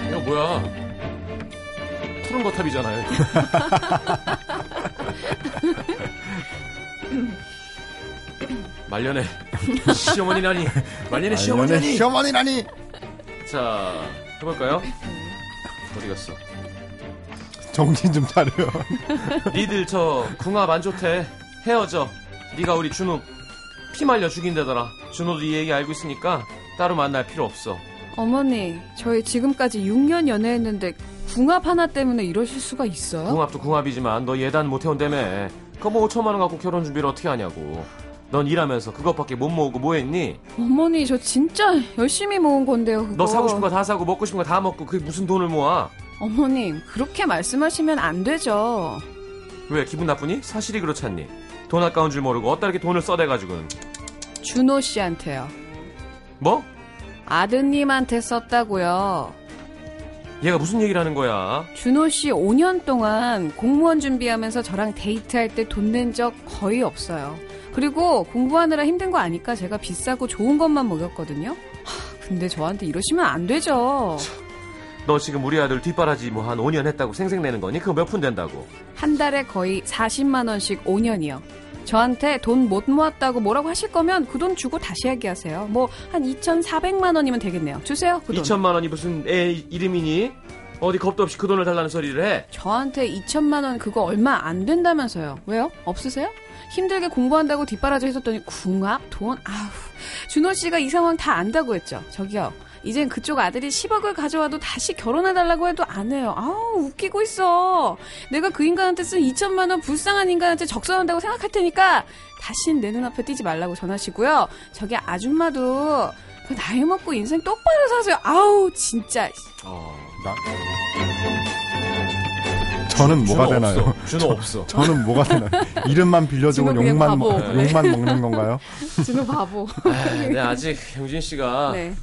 [SPEAKER 1] 이거 뭐야? 푸른 거탑이잖아요. 말년에 시어머니라니 말년에 네, 시어머니라니
[SPEAKER 3] 시어머니라니.
[SPEAKER 1] 자 해볼까요? 어디 갔어?
[SPEAKER 3] 정신 좀 차려.
[SPEAKER 1] 니들 저 궁합 안 좋대 헤어져 네가 우리 준호 피 말려 죽인다더라 준호도 이 얘기 알고 있으니까 따로 만날 필요 없어
[SPEAKER 4] 어머니, 저희 지금까지 6년 연애했는데 궁합 하나 때문에 이러실 수가 있어요?
[SPEAKER 1] 궁합도 궁합이지만 너 예단 못해온다며 그거 뭐 5천만 원 갖고 결혼 준비를 어떻게 하냐고 넌 일하면서 그것밖에 못 모으고 뭐했니?
[SPEAKER 4] 어머니, 저 진짜 열심히 모은 건데요. 그거.
[SPEAKER 1] 너 사고 싶은 거 다 사고 먹고 싶은 거 다 먹고 그게 무슨 돈을 모아?
[SPEAKER 4] 어머님, 그렇게 말씀하시면 안 되죠.
[SPEAKER 1] 왜 기분 나쁘니? 사실이 그렇잖니 돈 아까운 줄 모르고 어따 이렇게 돈을 써대가지고는
[SPEAKER 4] 준호 씨한테요.
[SPEAKER 1] 뭐?
[SPEAKER 4] 아드님한테 썼다고요.
[SPEAKER 1] 얘가 무슨 얘기를 하는 거야?
[SPEAKER 4] 준호 씨 5년 동안 공무원 준비하면서 저랑 데이트할 때 돈 낸 적 거의 없어요. 그리고 공부하느라 힘든 거 아니까 제가 비싸고 좋은 것만 먹였거든요. 하, 근데 저한테 이러시면 안 되죠.
[SPEAKER 1] 너 지금 우리 아들 뒷바라지 뭐 한 5년 했다고 생색내는 거니? 그거 몇 푼 된다고?
[SPEAKER 4] 한 달에 거의 40만 원씩 5년이요. 저한테 돈 못 모았다고 뭐라고 하실 거면 그 돈 주고 다시 얘기하세요. 뭐 한 2,400만 원이면 되겠네요. 주세요, 그 돈.
[SPEAKER 1] 2천만 원이 무슨 애 이름이니? 어디 겁도 없이 그 돈을 달라는 소리를 해?
[SPEAKER 4] 저한테 2천만 원 그거 얼마 안 된다면서요. 왜요? 없으세요? 힘들게 공부한다고 뒷바라지 했었더니 궁합, 돈, 아우. 준호 씨가 이 상황 다 안다고 했죠. 저기요. 이젠 그쪽 아들이 10억을 가져와도 다시 결혼해달라고 해도 안 해요. 아우, 웃기고 있어. 내가 그 인간한테 쓴 2천만 원 불쌍한 인간한테 적선한다고 생각할 테니까 다신 내 눈앞에 띄지 말라고 전하시고요. 저기 아줌마도 그 나이 먹고 인생 똑바로 사세요. 아우, 진짜. 어.
[SPEAKER 3] 저는 뭐가
[SPEAKER 1] 준호
[SPEAKER 3] 되나요?
[SPEAKER 1] 없어. 준호 없어.
[SPEAKER 3] 저는 뭐가 되나요? 이름만 빌려주고
[SPEAKER 4] 지금 그냥
[SPEAKER 3] 욕만, 먹,
[SPEAKER 4] 바보. 네.
[SPEAKER 3] 욕만 먹는 건가요?
[SPEAKER 4] 준호 바보.
[SPEAKER 1] 네, 아직 영진 씨가
[SPEAKER 4] 네.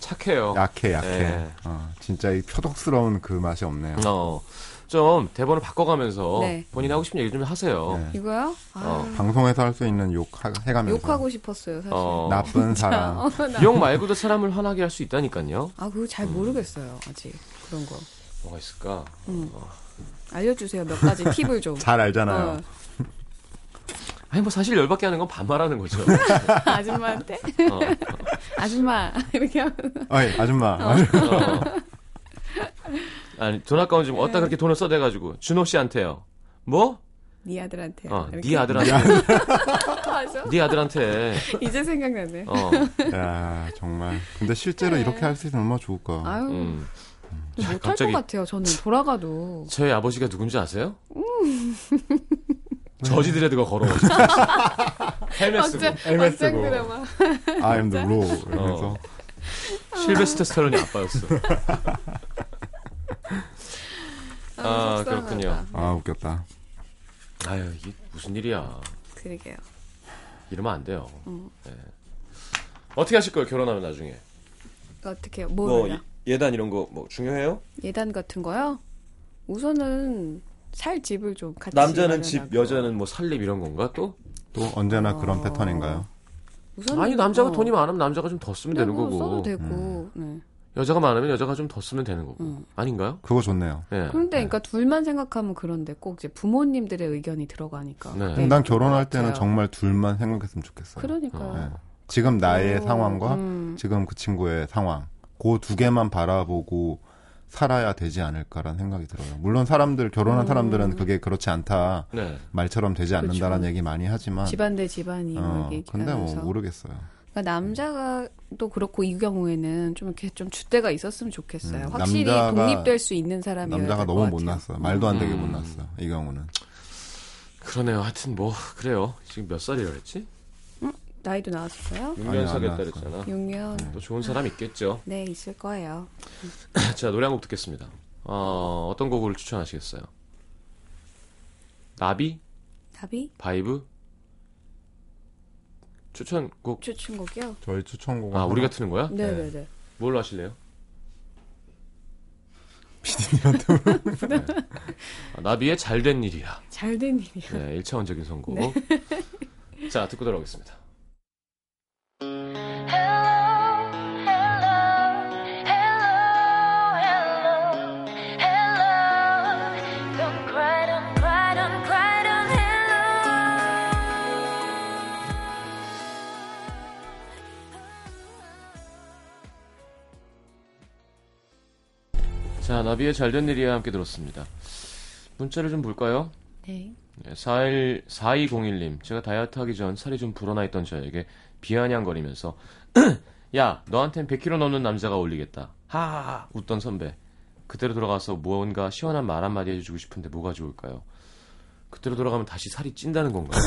[SPEAKER 1] 착해요.
[SPEAKER 3] 약해, 약해.
[SPEAKER 1] 네.
[SPEAKER 3] 어, 진짜 이 표독스러운 그 맛이 없네요.
[SPEAKER 1] 어, 좀 대본을 바꿔가면서
[SPEAKER 4] 네.
[SPEAKER 1] 본인이 하고 싶은 얘기 좀 하세요.
[SPEAKER 3] 네.
[SPEAKER 4] 이거요? 아.
[SPEAKER 1] 어,
[SPEAKER 3] 방송에서 할 수 있는 욕 하- 해가면서
[SPEAKER 4] 욕하고 싶었어요, 사실.
[SPEAKER 1] 음. 어,
[SPEAKER 3] 나쁜 사람.
[SPEAKER 1] 욕 말고도 사람을 화나게 할 수 있다니까요.
[SPEAKER 4] 아, 그거
[SPEAKER 1] 음.
[SPEAKER 4] 잘 모르겠어요, 아직. 그런 거.
[SPEAKER 1] 뭐가 있을까?
[SPEAKER 4] 알려주세요, 몇 가지 팁을 좀.
[SPEAKER 3] 잘 알잖아요.
[SPEAKER 4] 어,
[SPEAKER 1] 아니 뭐 사실 열받게 하는 건 반말하는 거죠.
[SPEAKER 4] 아줌마한테?
[SPEAKER 1] 어.
[SPEAKER 4] 아줌마, 이렇게 하면.
[SPEAKER 3] 어이, 아줌마.
[SPEAKER 1] 어. 아니 돈 아까운 지금 뭐 어디다 그렇게 돈을 써대가지고 준호 씨한테요. 뭐?
[SPEAKER 4] 네 아들한테.
[SPEAKER 1] 어,
[SPEAKER 4] 이렇게.
[SPEAKER 1] 네 아들한테.
[SPEAKER 4] 맞아.
[SPEAKER 1] 네 아들한테.
[SPEAKER 4] 이제 생각나네.
[SPEAKER 1] 어,
[SPEAKER 3] 야, 정말. 근데 실제로 이렇게 할 수 있으면 얼마나 좋을까.
[SPEAKER 4] 네. 아유,
[SPEAKER 1] 음.
[SPEAKER 4] 못할
[SPEAKER 1] 갑자기-
[SPEAKER 4] 것 같아요, 저는. 돌아가도.
[SPEAKER 1] 저희 아버지가 누군지 아세요?
[SPEAKER 4] 음.
[SPEAKER 1] 저지드레드가 걸어오죠. 헬멧 쓰고
[SPEAKER 4] 어째,
[SPEAKER 3] MS
[SPEAKER 4] 어째
[SPEAKER 1] 뭐.
[SPEAKER 3] 고.
[SPEAKER 4] 드라마.
[SPEAKER 3] I'm the law. 이러면서.
[SPEAKER 1] 어. 실베스터 스탈론이 아빠였어. 아,
[SPEAKER 4] 속상하다.
[SPEAKER 1] 그렇군요.
[SPEAKER 3] 아, 웃겼다.
[SPEAKER 1] 아유 이게 무슨 일이야.
[SPEAKER 4] 그러게요.
[SPEAKER 1] 이러면 안 돼요.
[SPEAKER 4] 음.
[SPEAKER 1] 예. 어떻게 하실 거예요? 결혼하면 나중에.
[SPEAKER 4] 어떻게, 뭐, 요
[SPEAKER 1] 예단 이런 거 뭐 중요해요?
[SPEAKER 4] 예단 같은 거요? 우선은 살 집을 좀 같이.
[SPEAKER 1] 남자는
[SPEAKER 4] 마련하고.
[SPEAKER 1] 집, 여자는 뭐 살림 이런 건가 또?
[SPEAKER 3] 또 언제나 그런
[SPEAKER 4] 어.
[SPEAKER 3] 패턴인가요?
[SPEAKER 4] 우선은
[SPEAKER 1] 아니 남자가
[SPEAKER 4] 어,
[SPEAKER 1] 돈이 많으면 남자가 좀 더 쓰면 되는
[SPEAKER 4] 그냥 뭐 써도
[SPEAKER 1] 거고 음.
[SPEAKER 4] 되고. 네.
[SPEAKER 1] 여자가 많으면 여자가 좀 더 쓰면 되는 거고 아닌가요?
[SPEAKER 3] 그거 좋네요.
[SPEAKER 1] 예.
[SPEAKER 4] 음. 그런데 그러니까 둘만 생각하면 그런데 꼭 이제 부모님들의 의견이 들어가니까.
[SPEAKER 1] 네.
[SPEAKER 4] 네.
[SPEAKER 3] 난 결혼할 때는
[SPEAKER 4] 맞아요. 그렇죠.
[SPEAKER 3] 정말 둘만 생각했으면 좋겠어요.
[SPEAKER 4] 그러니까요.
[SPEAKER 3] 네. 지금 나의
[SPEAKER 4] 오,
[SPEAKER 3] 상황과
[SPEAKER 4] 음.
[SPEAKER 3] 지금 그 친구의 상황. 그 두 개만 바라보고 살아야 되지 않을까라는 생각이 들어요. 물론 사람들 결혼한 사람들은 그게 그렇지 않다
[SPEAKER 1] 네.
[SPEAKER 3] 말처럼 되지 않는다라는
[SPEAKER 4] 음. 그쵸.
[SPEAKER 3] 얘기 많이 하지만
[SPEAKER 4] 그렇죠. 집안 대 집안이
[SPEAKER 3] 어,
[SPEAKER 4] 막
[SPEAKER 3] 근데 뭐
[SPEAKER 4] 얘기하면서.
[SPEAKER 3] 모르겠어요.
[SPEAKER 4] 그러니까 남자가 또 그렇고 이 경우에는 좀 이렇게 좀 줏대가 있었으면 좋겠어요.
[SPEAKER 3] 음,
[SPEAKER 4] 확실히
[SPEAKER 3] 남자가-
[SPEAKER 4] 독립될 수 있는 사람이어야
[SPEAKER 3] 남자가
[SPEAKER 4] 될것
[SPEAKER 3] 너무
[SPEAKER 4] 같아요.
[SPEAKER 3] 못났어. 말도 안 되게
[SPEAKER 1] 음.
[SPEAKER 3] 못났어. 이 경우는.
[SPEAKER 1] 그러네요. 하여튼 뭐 그래요. 지금 몇 살이라 그랬지?
[SPEAKER 4] 음. 나이도 나왔어요?
[SPEAKER 1] 6년
[SPEAKER 3] 아니요,
[SPEAKER 1] 사귀었다
[SPEAKER 3] 안 나왔어요.
[SPEAKER 1] 그랬잖아.
[SPEAKER 4] 6년.
[SPEAKER 3] 네.
[SPEAKER 1] 또 좋은 사람 있겠죠.
[SPEAKER 4] 네, 있을 거예요.
[SPEAKER 1] 자 노래 한 곡 듣겠습니다. 어, 어떤 곡을 추천하시겠어요? 나비,
[SPEAKER 4] 답이?
[SPEAKER 1] 바이브 추천곡.
[SPEAKER 4] 추천곡이요?
[SPEAKER 3] 저희 추천곡은
[SPEAKER 1] 아 우리가 트는 거야?
[SPEAKER 4] 네, 네, 네.
[SPEAKER 1] 뭘로 하실래요? 피디님한테 물어보는 아, 나비의 잘된 일이야.
[SPEAKER 4] 잘 된 일이야.
[SPEAKER 1] 네, 1차원적인 선곡. 자, 듣고 돌아오겠습니다. 자, 나비의 잘된 일이야 함께 들었습니다. 문자를 좀 볼까요?
[SPEAKER 4] 네.
[SPEAKER 1] 41, 4201님, 예, 제가 다이어트 하기 전 살이 좀 불어나 있던 저에게 비아냥거리면서, 야, 너한텐 100kg 넘는 남자가 어울리겠다. 하하, 웃던 선배. 그대로 돌아가서 무언가 시원한 말 한마디 해주고 싶은데 뭐가 좋을까요? 그대로 돌아가면 다시 살이 찐다는 건가요?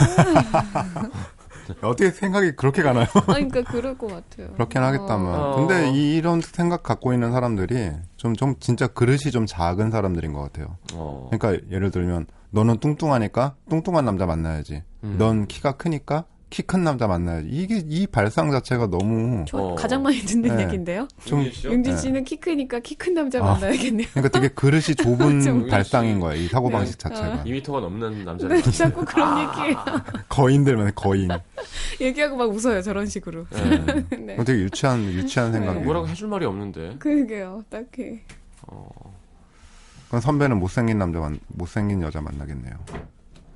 [SPEAKER 3] 뭐 어떻게 생각이 그렇게 가나요?
[SPEAKER 4] 아, 그러니까 그럴 것 같아요.
[SPEAKER 3] 그렇긴 하겠다만.
[SPEAKER 1] 어.
[SPEAKER 3] 근데 이, 런 생각 갖고 있는 사람들이 좀, 좀 진짜 그릇이 좀 작은 사람들인 것 같아요.
[SPEAKER 1] 어,
[SPEAKER 3] 그러니까 예를 들면 너는 뚱뚱하니까 뚱뚱한 남자 만나야지.
[SPEAKER 1] 음.
[SPEAKER 3] 넌 키가 크니까 키 큰 남자 만나야지. 이게 이 발상 자체가 너무
[SPEAKER 4] 저
[SPEAKER 1] 어.
[SPEAKER 4] 가장 많이 듣는
[SPEAKER 3] 네.
[SPEAKER 4] 얘기인데요.
[SPEAKER 3] 좀
[SPEAKER 1] 용진 씨요?
[SPEAKER 4] 윤진 씨는 키 크니까 키 큰 남자
[SPEAKER 3] 네. 아.
[SPEAKER 4] 만나야겠네요.
[SPEAKER 3] 그러니까 되게 그릇이 좁은
[SPEAKER 1] 좀-
[SPEAKER 3] 발상인 거예요. 이 사고 방식
[SPEAKER 4] 네.
[SPEAKER 3] 자체가
[SPEAKER 1] 2m가 넘는 남자를
[SPEAKER 4] 네,
[SPEAKER 1] 만나-
[SPEAKER 4] 자꾸 그런 얘기
[SPEAKER 3] 거인들만 거인.
[SPEAKER 4] 얘기하고 막 웃어요. 저런 식으로.
[SPEAKER 3] 네.
[SPEAKER 4] 네.
[SPEAKER 3] 되게 유치한 유치한 생각이에요.
[SPEAKER 1] 네. 뭐라고 해줄 말이 없는데.
[SPEAKER 4] 그러게요. 딱히.
[SPEAKER 3] 그럼 선배는 못생긴 남자 만, 못생긴 여자 만나겠네요.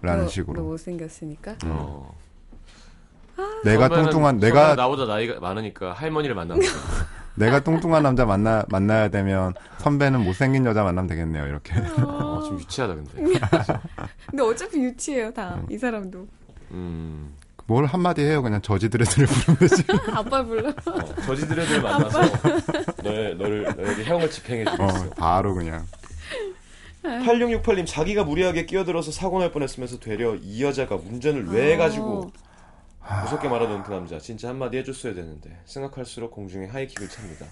[SPEAKER 3] 라는
[SPEAKER 4] 너-
[SPEAKER 3] 식으로.
[SPEAKER 4] 너 못생겼으니까.
[SPEAKER 1] 어.
[SPEAKER 3] 음. 내가
[SPEAKER 1] 선배는-
[SPEAKER 3] 뚱뚱한
[SPEAKER 1] 선배는
[SPEAKER 3] 내가
[SPEAKER 1] 나보다 나이가 많으니까 할머니를 만나면
[SPEAKER 3] 내가 뚱뚱한 남자 만나 만나야 되면 선배는 못생긴 여자 만나면 되겠네요. 이렇게.
[SPEAKER 1] 어, 좀 유치하다 근데.
[SPEAKER 4] 근데 어차피 유치해요, 다. 이 사람도.
[SPEAKER 1] 음.
[SPEAKER 3] 뭘 한마디 해요. 그냥 저지들의 소리 부르면 되지.
[SPEAKER 4] 아빠 불러.
[SPEAKER 1] 어, 저지들애들 만나서 너의, 너를, 너에게 형을 집행해주겠어.
[SPEAKER 3] 어, 바로 그냥.
[SPEAKER 1] 8668님 자기가 무리하게 끼어들어서 사고 날 뻔했으면서 되려 이 여자가 운전을
[SPEAKER 3] 아.
[SPEAKER 1] 왜 해가지고 무섭게 말하던 그 남자 진짜 한마디 해줬어야 되는데 생각할수록 공중에 하이킥을 찹니다.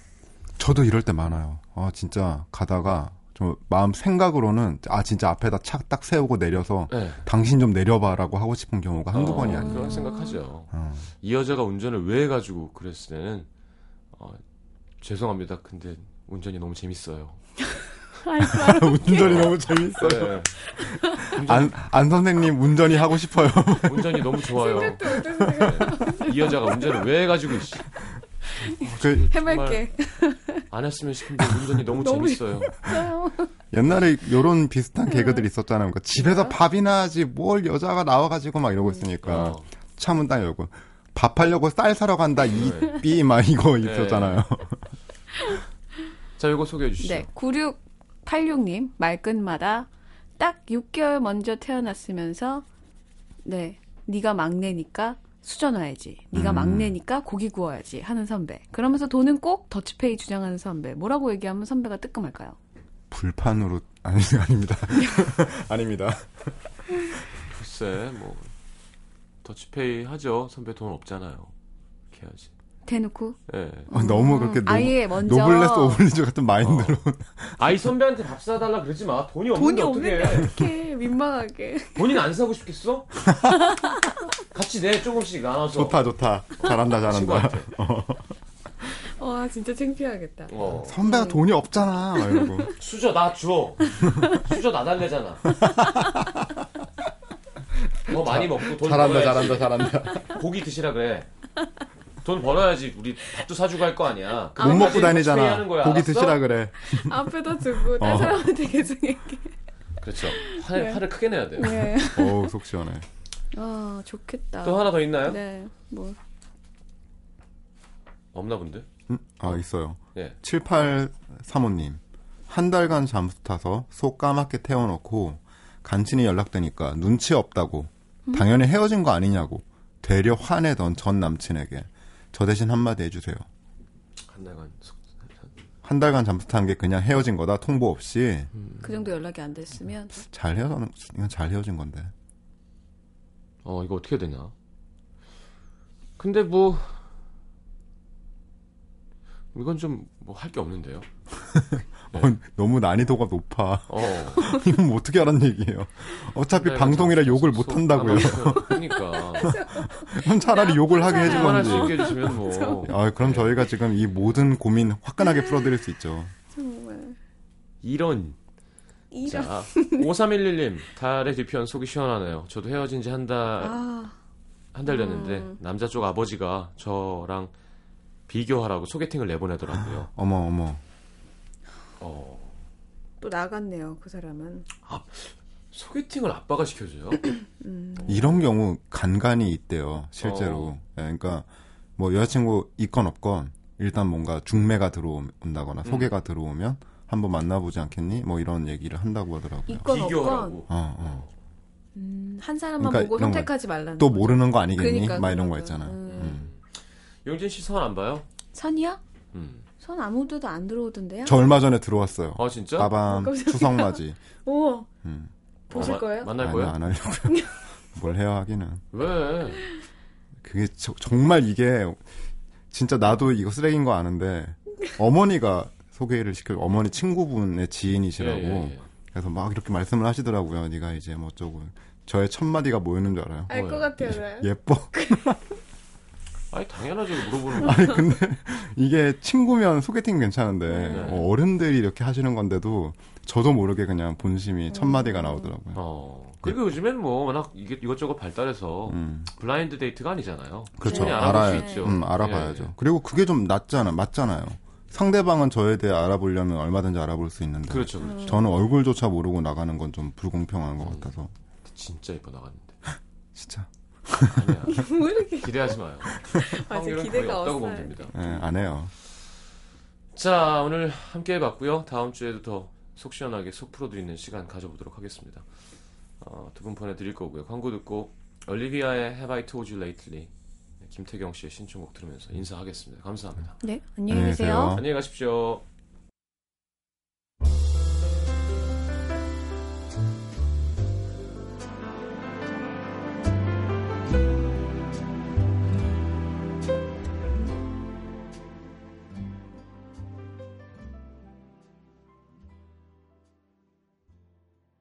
[SPEAKER 3] 저도 이럴 때 많아요. 아 진짜 가다가 좀 마음 생각으로는 아 진짜 앞에다 착 딱 세우고 내려서
[SPEAKER 1] 네. 어,
[SPEAKER 3] 당신 좀 내려봐라고 하고 싶은 경우가 한두 번이 아니에요.
[SPEAKER 1] 그런 생각하죠.
[SPEAKER 3] 어.
[SPEAKER 1] 이 여자가 운전을 왜 해가지고 그랬을 때는 어, 죄송합니다. 근데 운전이 너무 재밌어요.
[SPEAKER 3] 운전이 너무 재밌어요.
[SPEAKER 1] 네.
[SPEAKER 3] 안, 안 선생님 운전이 하고 싶어요.
[SPEAKER 1] 운전이 너무 좋아요. 네. 이 여자가 운전을 왜 해가지고 씨,
[SPEAKER 3] 그
[SPEAKER 4] 해맑게.
[SPEAKER 1] 안 했으면 싶은데 운전이 너무
[SPEAKER 4] 너무
[SPEAKER 1] 재밌어요.
[SPEAKER 4] 아,
[SPEAKER 3] 옛날에 요런 비슷한
[SPEAKER 1] 네.
[SPEAKER 3] 개그들 있었잖아요. 그러니까 집에서 밥이나 하지 뭘 여자가 나와가지고 막 이러고 있으니까
[SPEAKER 1] 어.
[SPEAKER 3] 차 문 딱 열고 밥하려고 쌀 사러 간다
[SPEAKER 1] 네.
[SPEAKER 3] 이삐 막 이거 있었잖아요.
[SPEAKER 1] 자, 이거 소개해 주시죠.
[SPEAKER 4] 네. 9686님, 말끝마다 딱 6개월 먼저 태어났으면서, 네. 네가 막내니까 수저 넣어야지. 네가
[SPEAKER 3] 음.
[SPEAKER 4] 막내니까 고기 구워야지. 하는 선배. 그러면서 돈은 꼭 더치페이 주장하는 선배. 뭐라고 얘기하면 선배가 뜨끔할까요?
[SPEAKER 3] 불판으로 아니 아닙니다. 아닙니다.
[SPEAKER 1] 글쎄 뭐 더치페이 하죠 선배 돈 없잖아요 이렇게 해야지
[SPEAKER 4] 대놓고.
[SPEAKER 1] 예
[SPEAKER 3] 어, 너무 그렇게 노,
[SPEAKER 4] 음, 아예 먼저.
[SPEAKER 3] 노블레스 오블리주 같은 마인드로
[SPEAKER 1] 어, 아이 선배한테 밥 사달라 그러지 마 돈이 없는데
[SPEAKER 4] 돈이 없는데
[SPEAKER 1] 어떻게
[SPEAKER 4] 어떡해. 민망하게.
[SPEAKER 1] 본인 안 사고 싶겠어 같이 내 조금씩 나눠서
[SPEAKER 3] 좋다 좋다
[SPEAKER 1] 아,
[SPEAKER 3] 잘한다 잘한다
[SPEAKER 1] 친구한테
[SPEAKER 4] 와, 어, 아, 진짜 창피하겠다.
[SPEAKER 1] 어
[SPEAKER 3] 선배가
[SPEAKER 4] 음.
[SPEAKER 3] 돈이 없잖아 막 이러고
[SPEAKER 1] 수저 나줘 수저 나 달래잖아 더 많이 먹고 돈
[SPEAKER 3] 잘한다
[SPEAKER 1] 벌어야지
[SPEAKER 3] 잘한다 잘한다
[SPEAKER 1] 고기 드시라 그래 돈 벌어야지 우리 밥도 사주고 할 거 아니야
[SPEAKER 3] 못 먹고
[SPEAKER 1] 그것까지 더치페이
[SPEAKER 3] 다니잖아
[SPEAKER 1] 하는 거야,
[SPEAKER 3] 고기
[SPEAKER 1] 알았어?
[SPEAKER 3] 드시라 그래
[SPEAKER 4] 앞에다 두고 다른
[SPEAKER 3] 어.
[SPEAKER 4] 사람한테 계속 얘기.
[SPEAKER 1] 그렇죠 화, 화를 크게 내야 돼요
[SPEAKER 4] 네.
[SPEAKER 3] 어우 속 시원해
[SPEAKER 4] 아 좋겠다.
[SPEAKER 1] 또 하나 더 있나요?
[SPEAKER 4] 네. 뭐
[SPEAKER 1] 없나 본데?
[SPEAKER 3] 음? 아 있어요
[SPEAKER 1] 네.
[SPEAKER 3] 7835님 한 달간 잠수 타서 속 까맣게 태워놓고 간신히 연락되니까 눈치 없다고
[SPEAKER 4] 음.
[SPEAKER 3] 당연히 헤어진 거 아니냐고 되려 화내던 전 남친에게 저 대신 한마디 해주세요.
[SPEAKER 1] 한 달간 속-
[SPEAKER 3] 한 달간 잠수 탄 게 그냥 헤어진 거다 통보 없이
[SPEAKER 2] 그 정도 연락이 안 됐으면
[SPEAKER 3] 잘 헤어진 이건 잘 헤어진 건데
[SPEAKER 1] 어 이거 어떻게 해야 되냐? 근데 뭐 이건 좀 뭐 할 게 없는데요.
[SPEAKER 3] 어, 너무 난이도가 높아.
[SPEAKER 1] 어.
[SPEAKER 3] 이건 뭐 어떻게 하란 얘기예요?
[SPEAKER 1] 네,
[SPEAKER 3] 어차피
[SPEAKER 1] 그렇죠.
[SPEAKER 3] 방송이라 욕을 못 한다고요.
[SPEAKER 1] 아, 그러니까.
[SPEAKER 3] 그럼 차라리 욕을 하게 해주
[SPEAKER 1] 하나
[SPEAKER 3] 건지.
[SPEAKER 1] 지게 해주시면 뭐.
[SPEAKER 3] 아, 그럼 저희가 지금 이 모든 고민 화끈하게 풀어드릴 수 있죠.
[SPEAKER 2] 정말
[SPEAKER 1] 이런.
[SPEAKER 2] 이런
[SPEAKER 1] 자, 5311님, 달의 뒤편 속이 시원하네요. 저도 헤어진 지 한 달,
[SPEAKER 2] 아 음.
[SPEAKER 1] 한 달 됐는데, 남자 쪽 아버지가 저랑 비교하라고 소개팅을 내보내더라고요.
[SPEAKER 3] 어머 어머.
[SPEAKER 2] 아.
[SPEAKER 1] 어,
[SPEAKER 2] 또 나갔네요 그 사람은
[SPEAKER 1] 소개팅을 아빠가 시켜줘요?
[SPEAKER 3] 이런 경우 간간이 있대요, 실제로. 예, 그러니까 뭐 여자친구 있건 없건 일단 뭔가 중매가 들어온다거나 소개가 들어오면 한번 만나보지 않겠니? 뭐 이런 얘기를 한다고 하더라고요.
[SPEAKER 2] 있건 없건
[SPEAKER 1] 비교하라고.
[SPEAKER 3] 어, 어.
[SPEAKER 2] 음, 한 사람만
[SPEAKER 3] 그러니까
[SPEAKER 2] 보고
[SPEAKER 3] 이런 거.
[SPEAKER 2] 선택하지 말라는
[SPEAKER 3] 또
[SPEAKER 2] 거죠.
[SPEAKER 3] 모르는 거 아니겠니?
[SPEAKER 2] 그러니까,
[SPEAKER 3] 막 이런 거
[SPEAKER 2] 그거죠.
[SPEAKER 3] 있잖아.
[SPEAKER 2] 음.
[SPEAKER 3] 음.
[SPEAKER 1] 용진 씨 선 안 봐요?
[SPEAKER 2] 선이야?
[SPEAKER 1] 음.
[SPEAKER 2] 선 아무데도 안 들어오던데요?
[SPEAKER 3] 저 얼마 전에 들어왔어요.
[SPEAKER 1] 아, 진짜?
[SPEAKER 3] 빠밤
[SPEAKER 2] 깜짝이야.
[SPEAKER 3] 추석 맞이.
[SPEAKER 2] 오
[SPEAKER 3] 음.
[SPEAKER 2] 보실
[SPEAKER 1] 어, 마-
[SPEAKER 2] 거예요?
[SPEAKER 1] 만날
[SPEAKER 3] 아니,
[SPEAKER 1] 거예요?
[SPEAKER 3] 안 하려고요. 뭘 해야 하기는.
[SPEAKER 1] 왜?
[SPEAKER 3] 그게 저- 정말 이게 진짜 나도 이거 쓰레기인 거 아는데 어머니가 소개를 시켜 어머니 친구분의 지인이시라고
[SPEAKER 1] 예, 예, 예.
[SPEAKER 3] 그래서 막 이렇게 말씀을 하시더라고요. 네가 이제 뭐 어쩌고 저의 첫 마디가 뭐였는 줄 알아요?
[SPEAKER 2] 알 것
[SPEAKER 1] 뭐예요?
[SPEAKER 2] 같아요 그래요?
[SPEAKER 3] 예뻐.
[SPEAKER 1] 아니, 당연하죠. 물어보는 거.
[SPEAKER 3] 아니 근데 이게 친구면 소개팅 괜찮은데
[SPEAKER 1] 네.
[SPEAKER 3] 어, 어른들이 이렇게 하시는 건데도 저도 모르게 그냥
[SPEAKER 2] 음.
[SPEAKER 3] 본심이 첫 마디가 나오더라고요.
[SPEAKER 1] 어. 그리고 요즘엔 뭐, 워낙 이게 이것저것 발달해서,
[SPEAKER 3] 음.
[SPEAKER 1] 블라인드 데이트가 아니잖아요.
[SPEAKER 3] 그렇죠.
[SPEAKER 1] 충분히 알아볼
[SPEAKER 3] 알아야,
[SPEAKER 1] 수 있죠.
[SPEAKER 3] 음, 알아봐야죠.
[SPEAKER 1] 예, 예.
[SPEAKER 3] 그리고 그게 좀 낫잖아, 맞잖아요. 상대방은 저에 대해 알아보려면 얼마든지 알아볼 수 있는데.
[SPEAKER 1] 그렇죠, 그렇죠.
[SPEAKER 3] 저는 얼굴조차 모르고 나가는 건 좀 불공평한 것 같아서.
[SPEAKER 1] 음. 진짜 예뻐 나갔는데.
[SPEAKER 3] 진짜.
[SPEAKER 1] 아니야. 기대하지 예. 마요. 확률은 거의
[SPEAKER 2] 아, 기대가
[SPEAKER 1] 없다고
[SPEAKER 2] 없어요.
[SPEAKER 1] 보면 됩니다.
[SPEAKER 3] 예, 안 해요.
[SPEAKER 1] 자, 오늘 함께 해봤고요. 다음 주에도 더 속 시원하게 속 풀어드리는 시간 가져보도록 하겠습니다. 어, 두 분 보내드릴 거고요. 광고 듣고 올리비아의 Have I Told You Lately 김태경 씨의 신청곡 들으면서 인사하겠습니다. 감사합니다.
[SPEAKER 2] 네 안녕히
[SPEAKER 3] 안녕히
[SPEAKER 2] 계세요.
[SPEAKER 3] 계세요.
[SPEAKER 1] 안녕히 가십시오.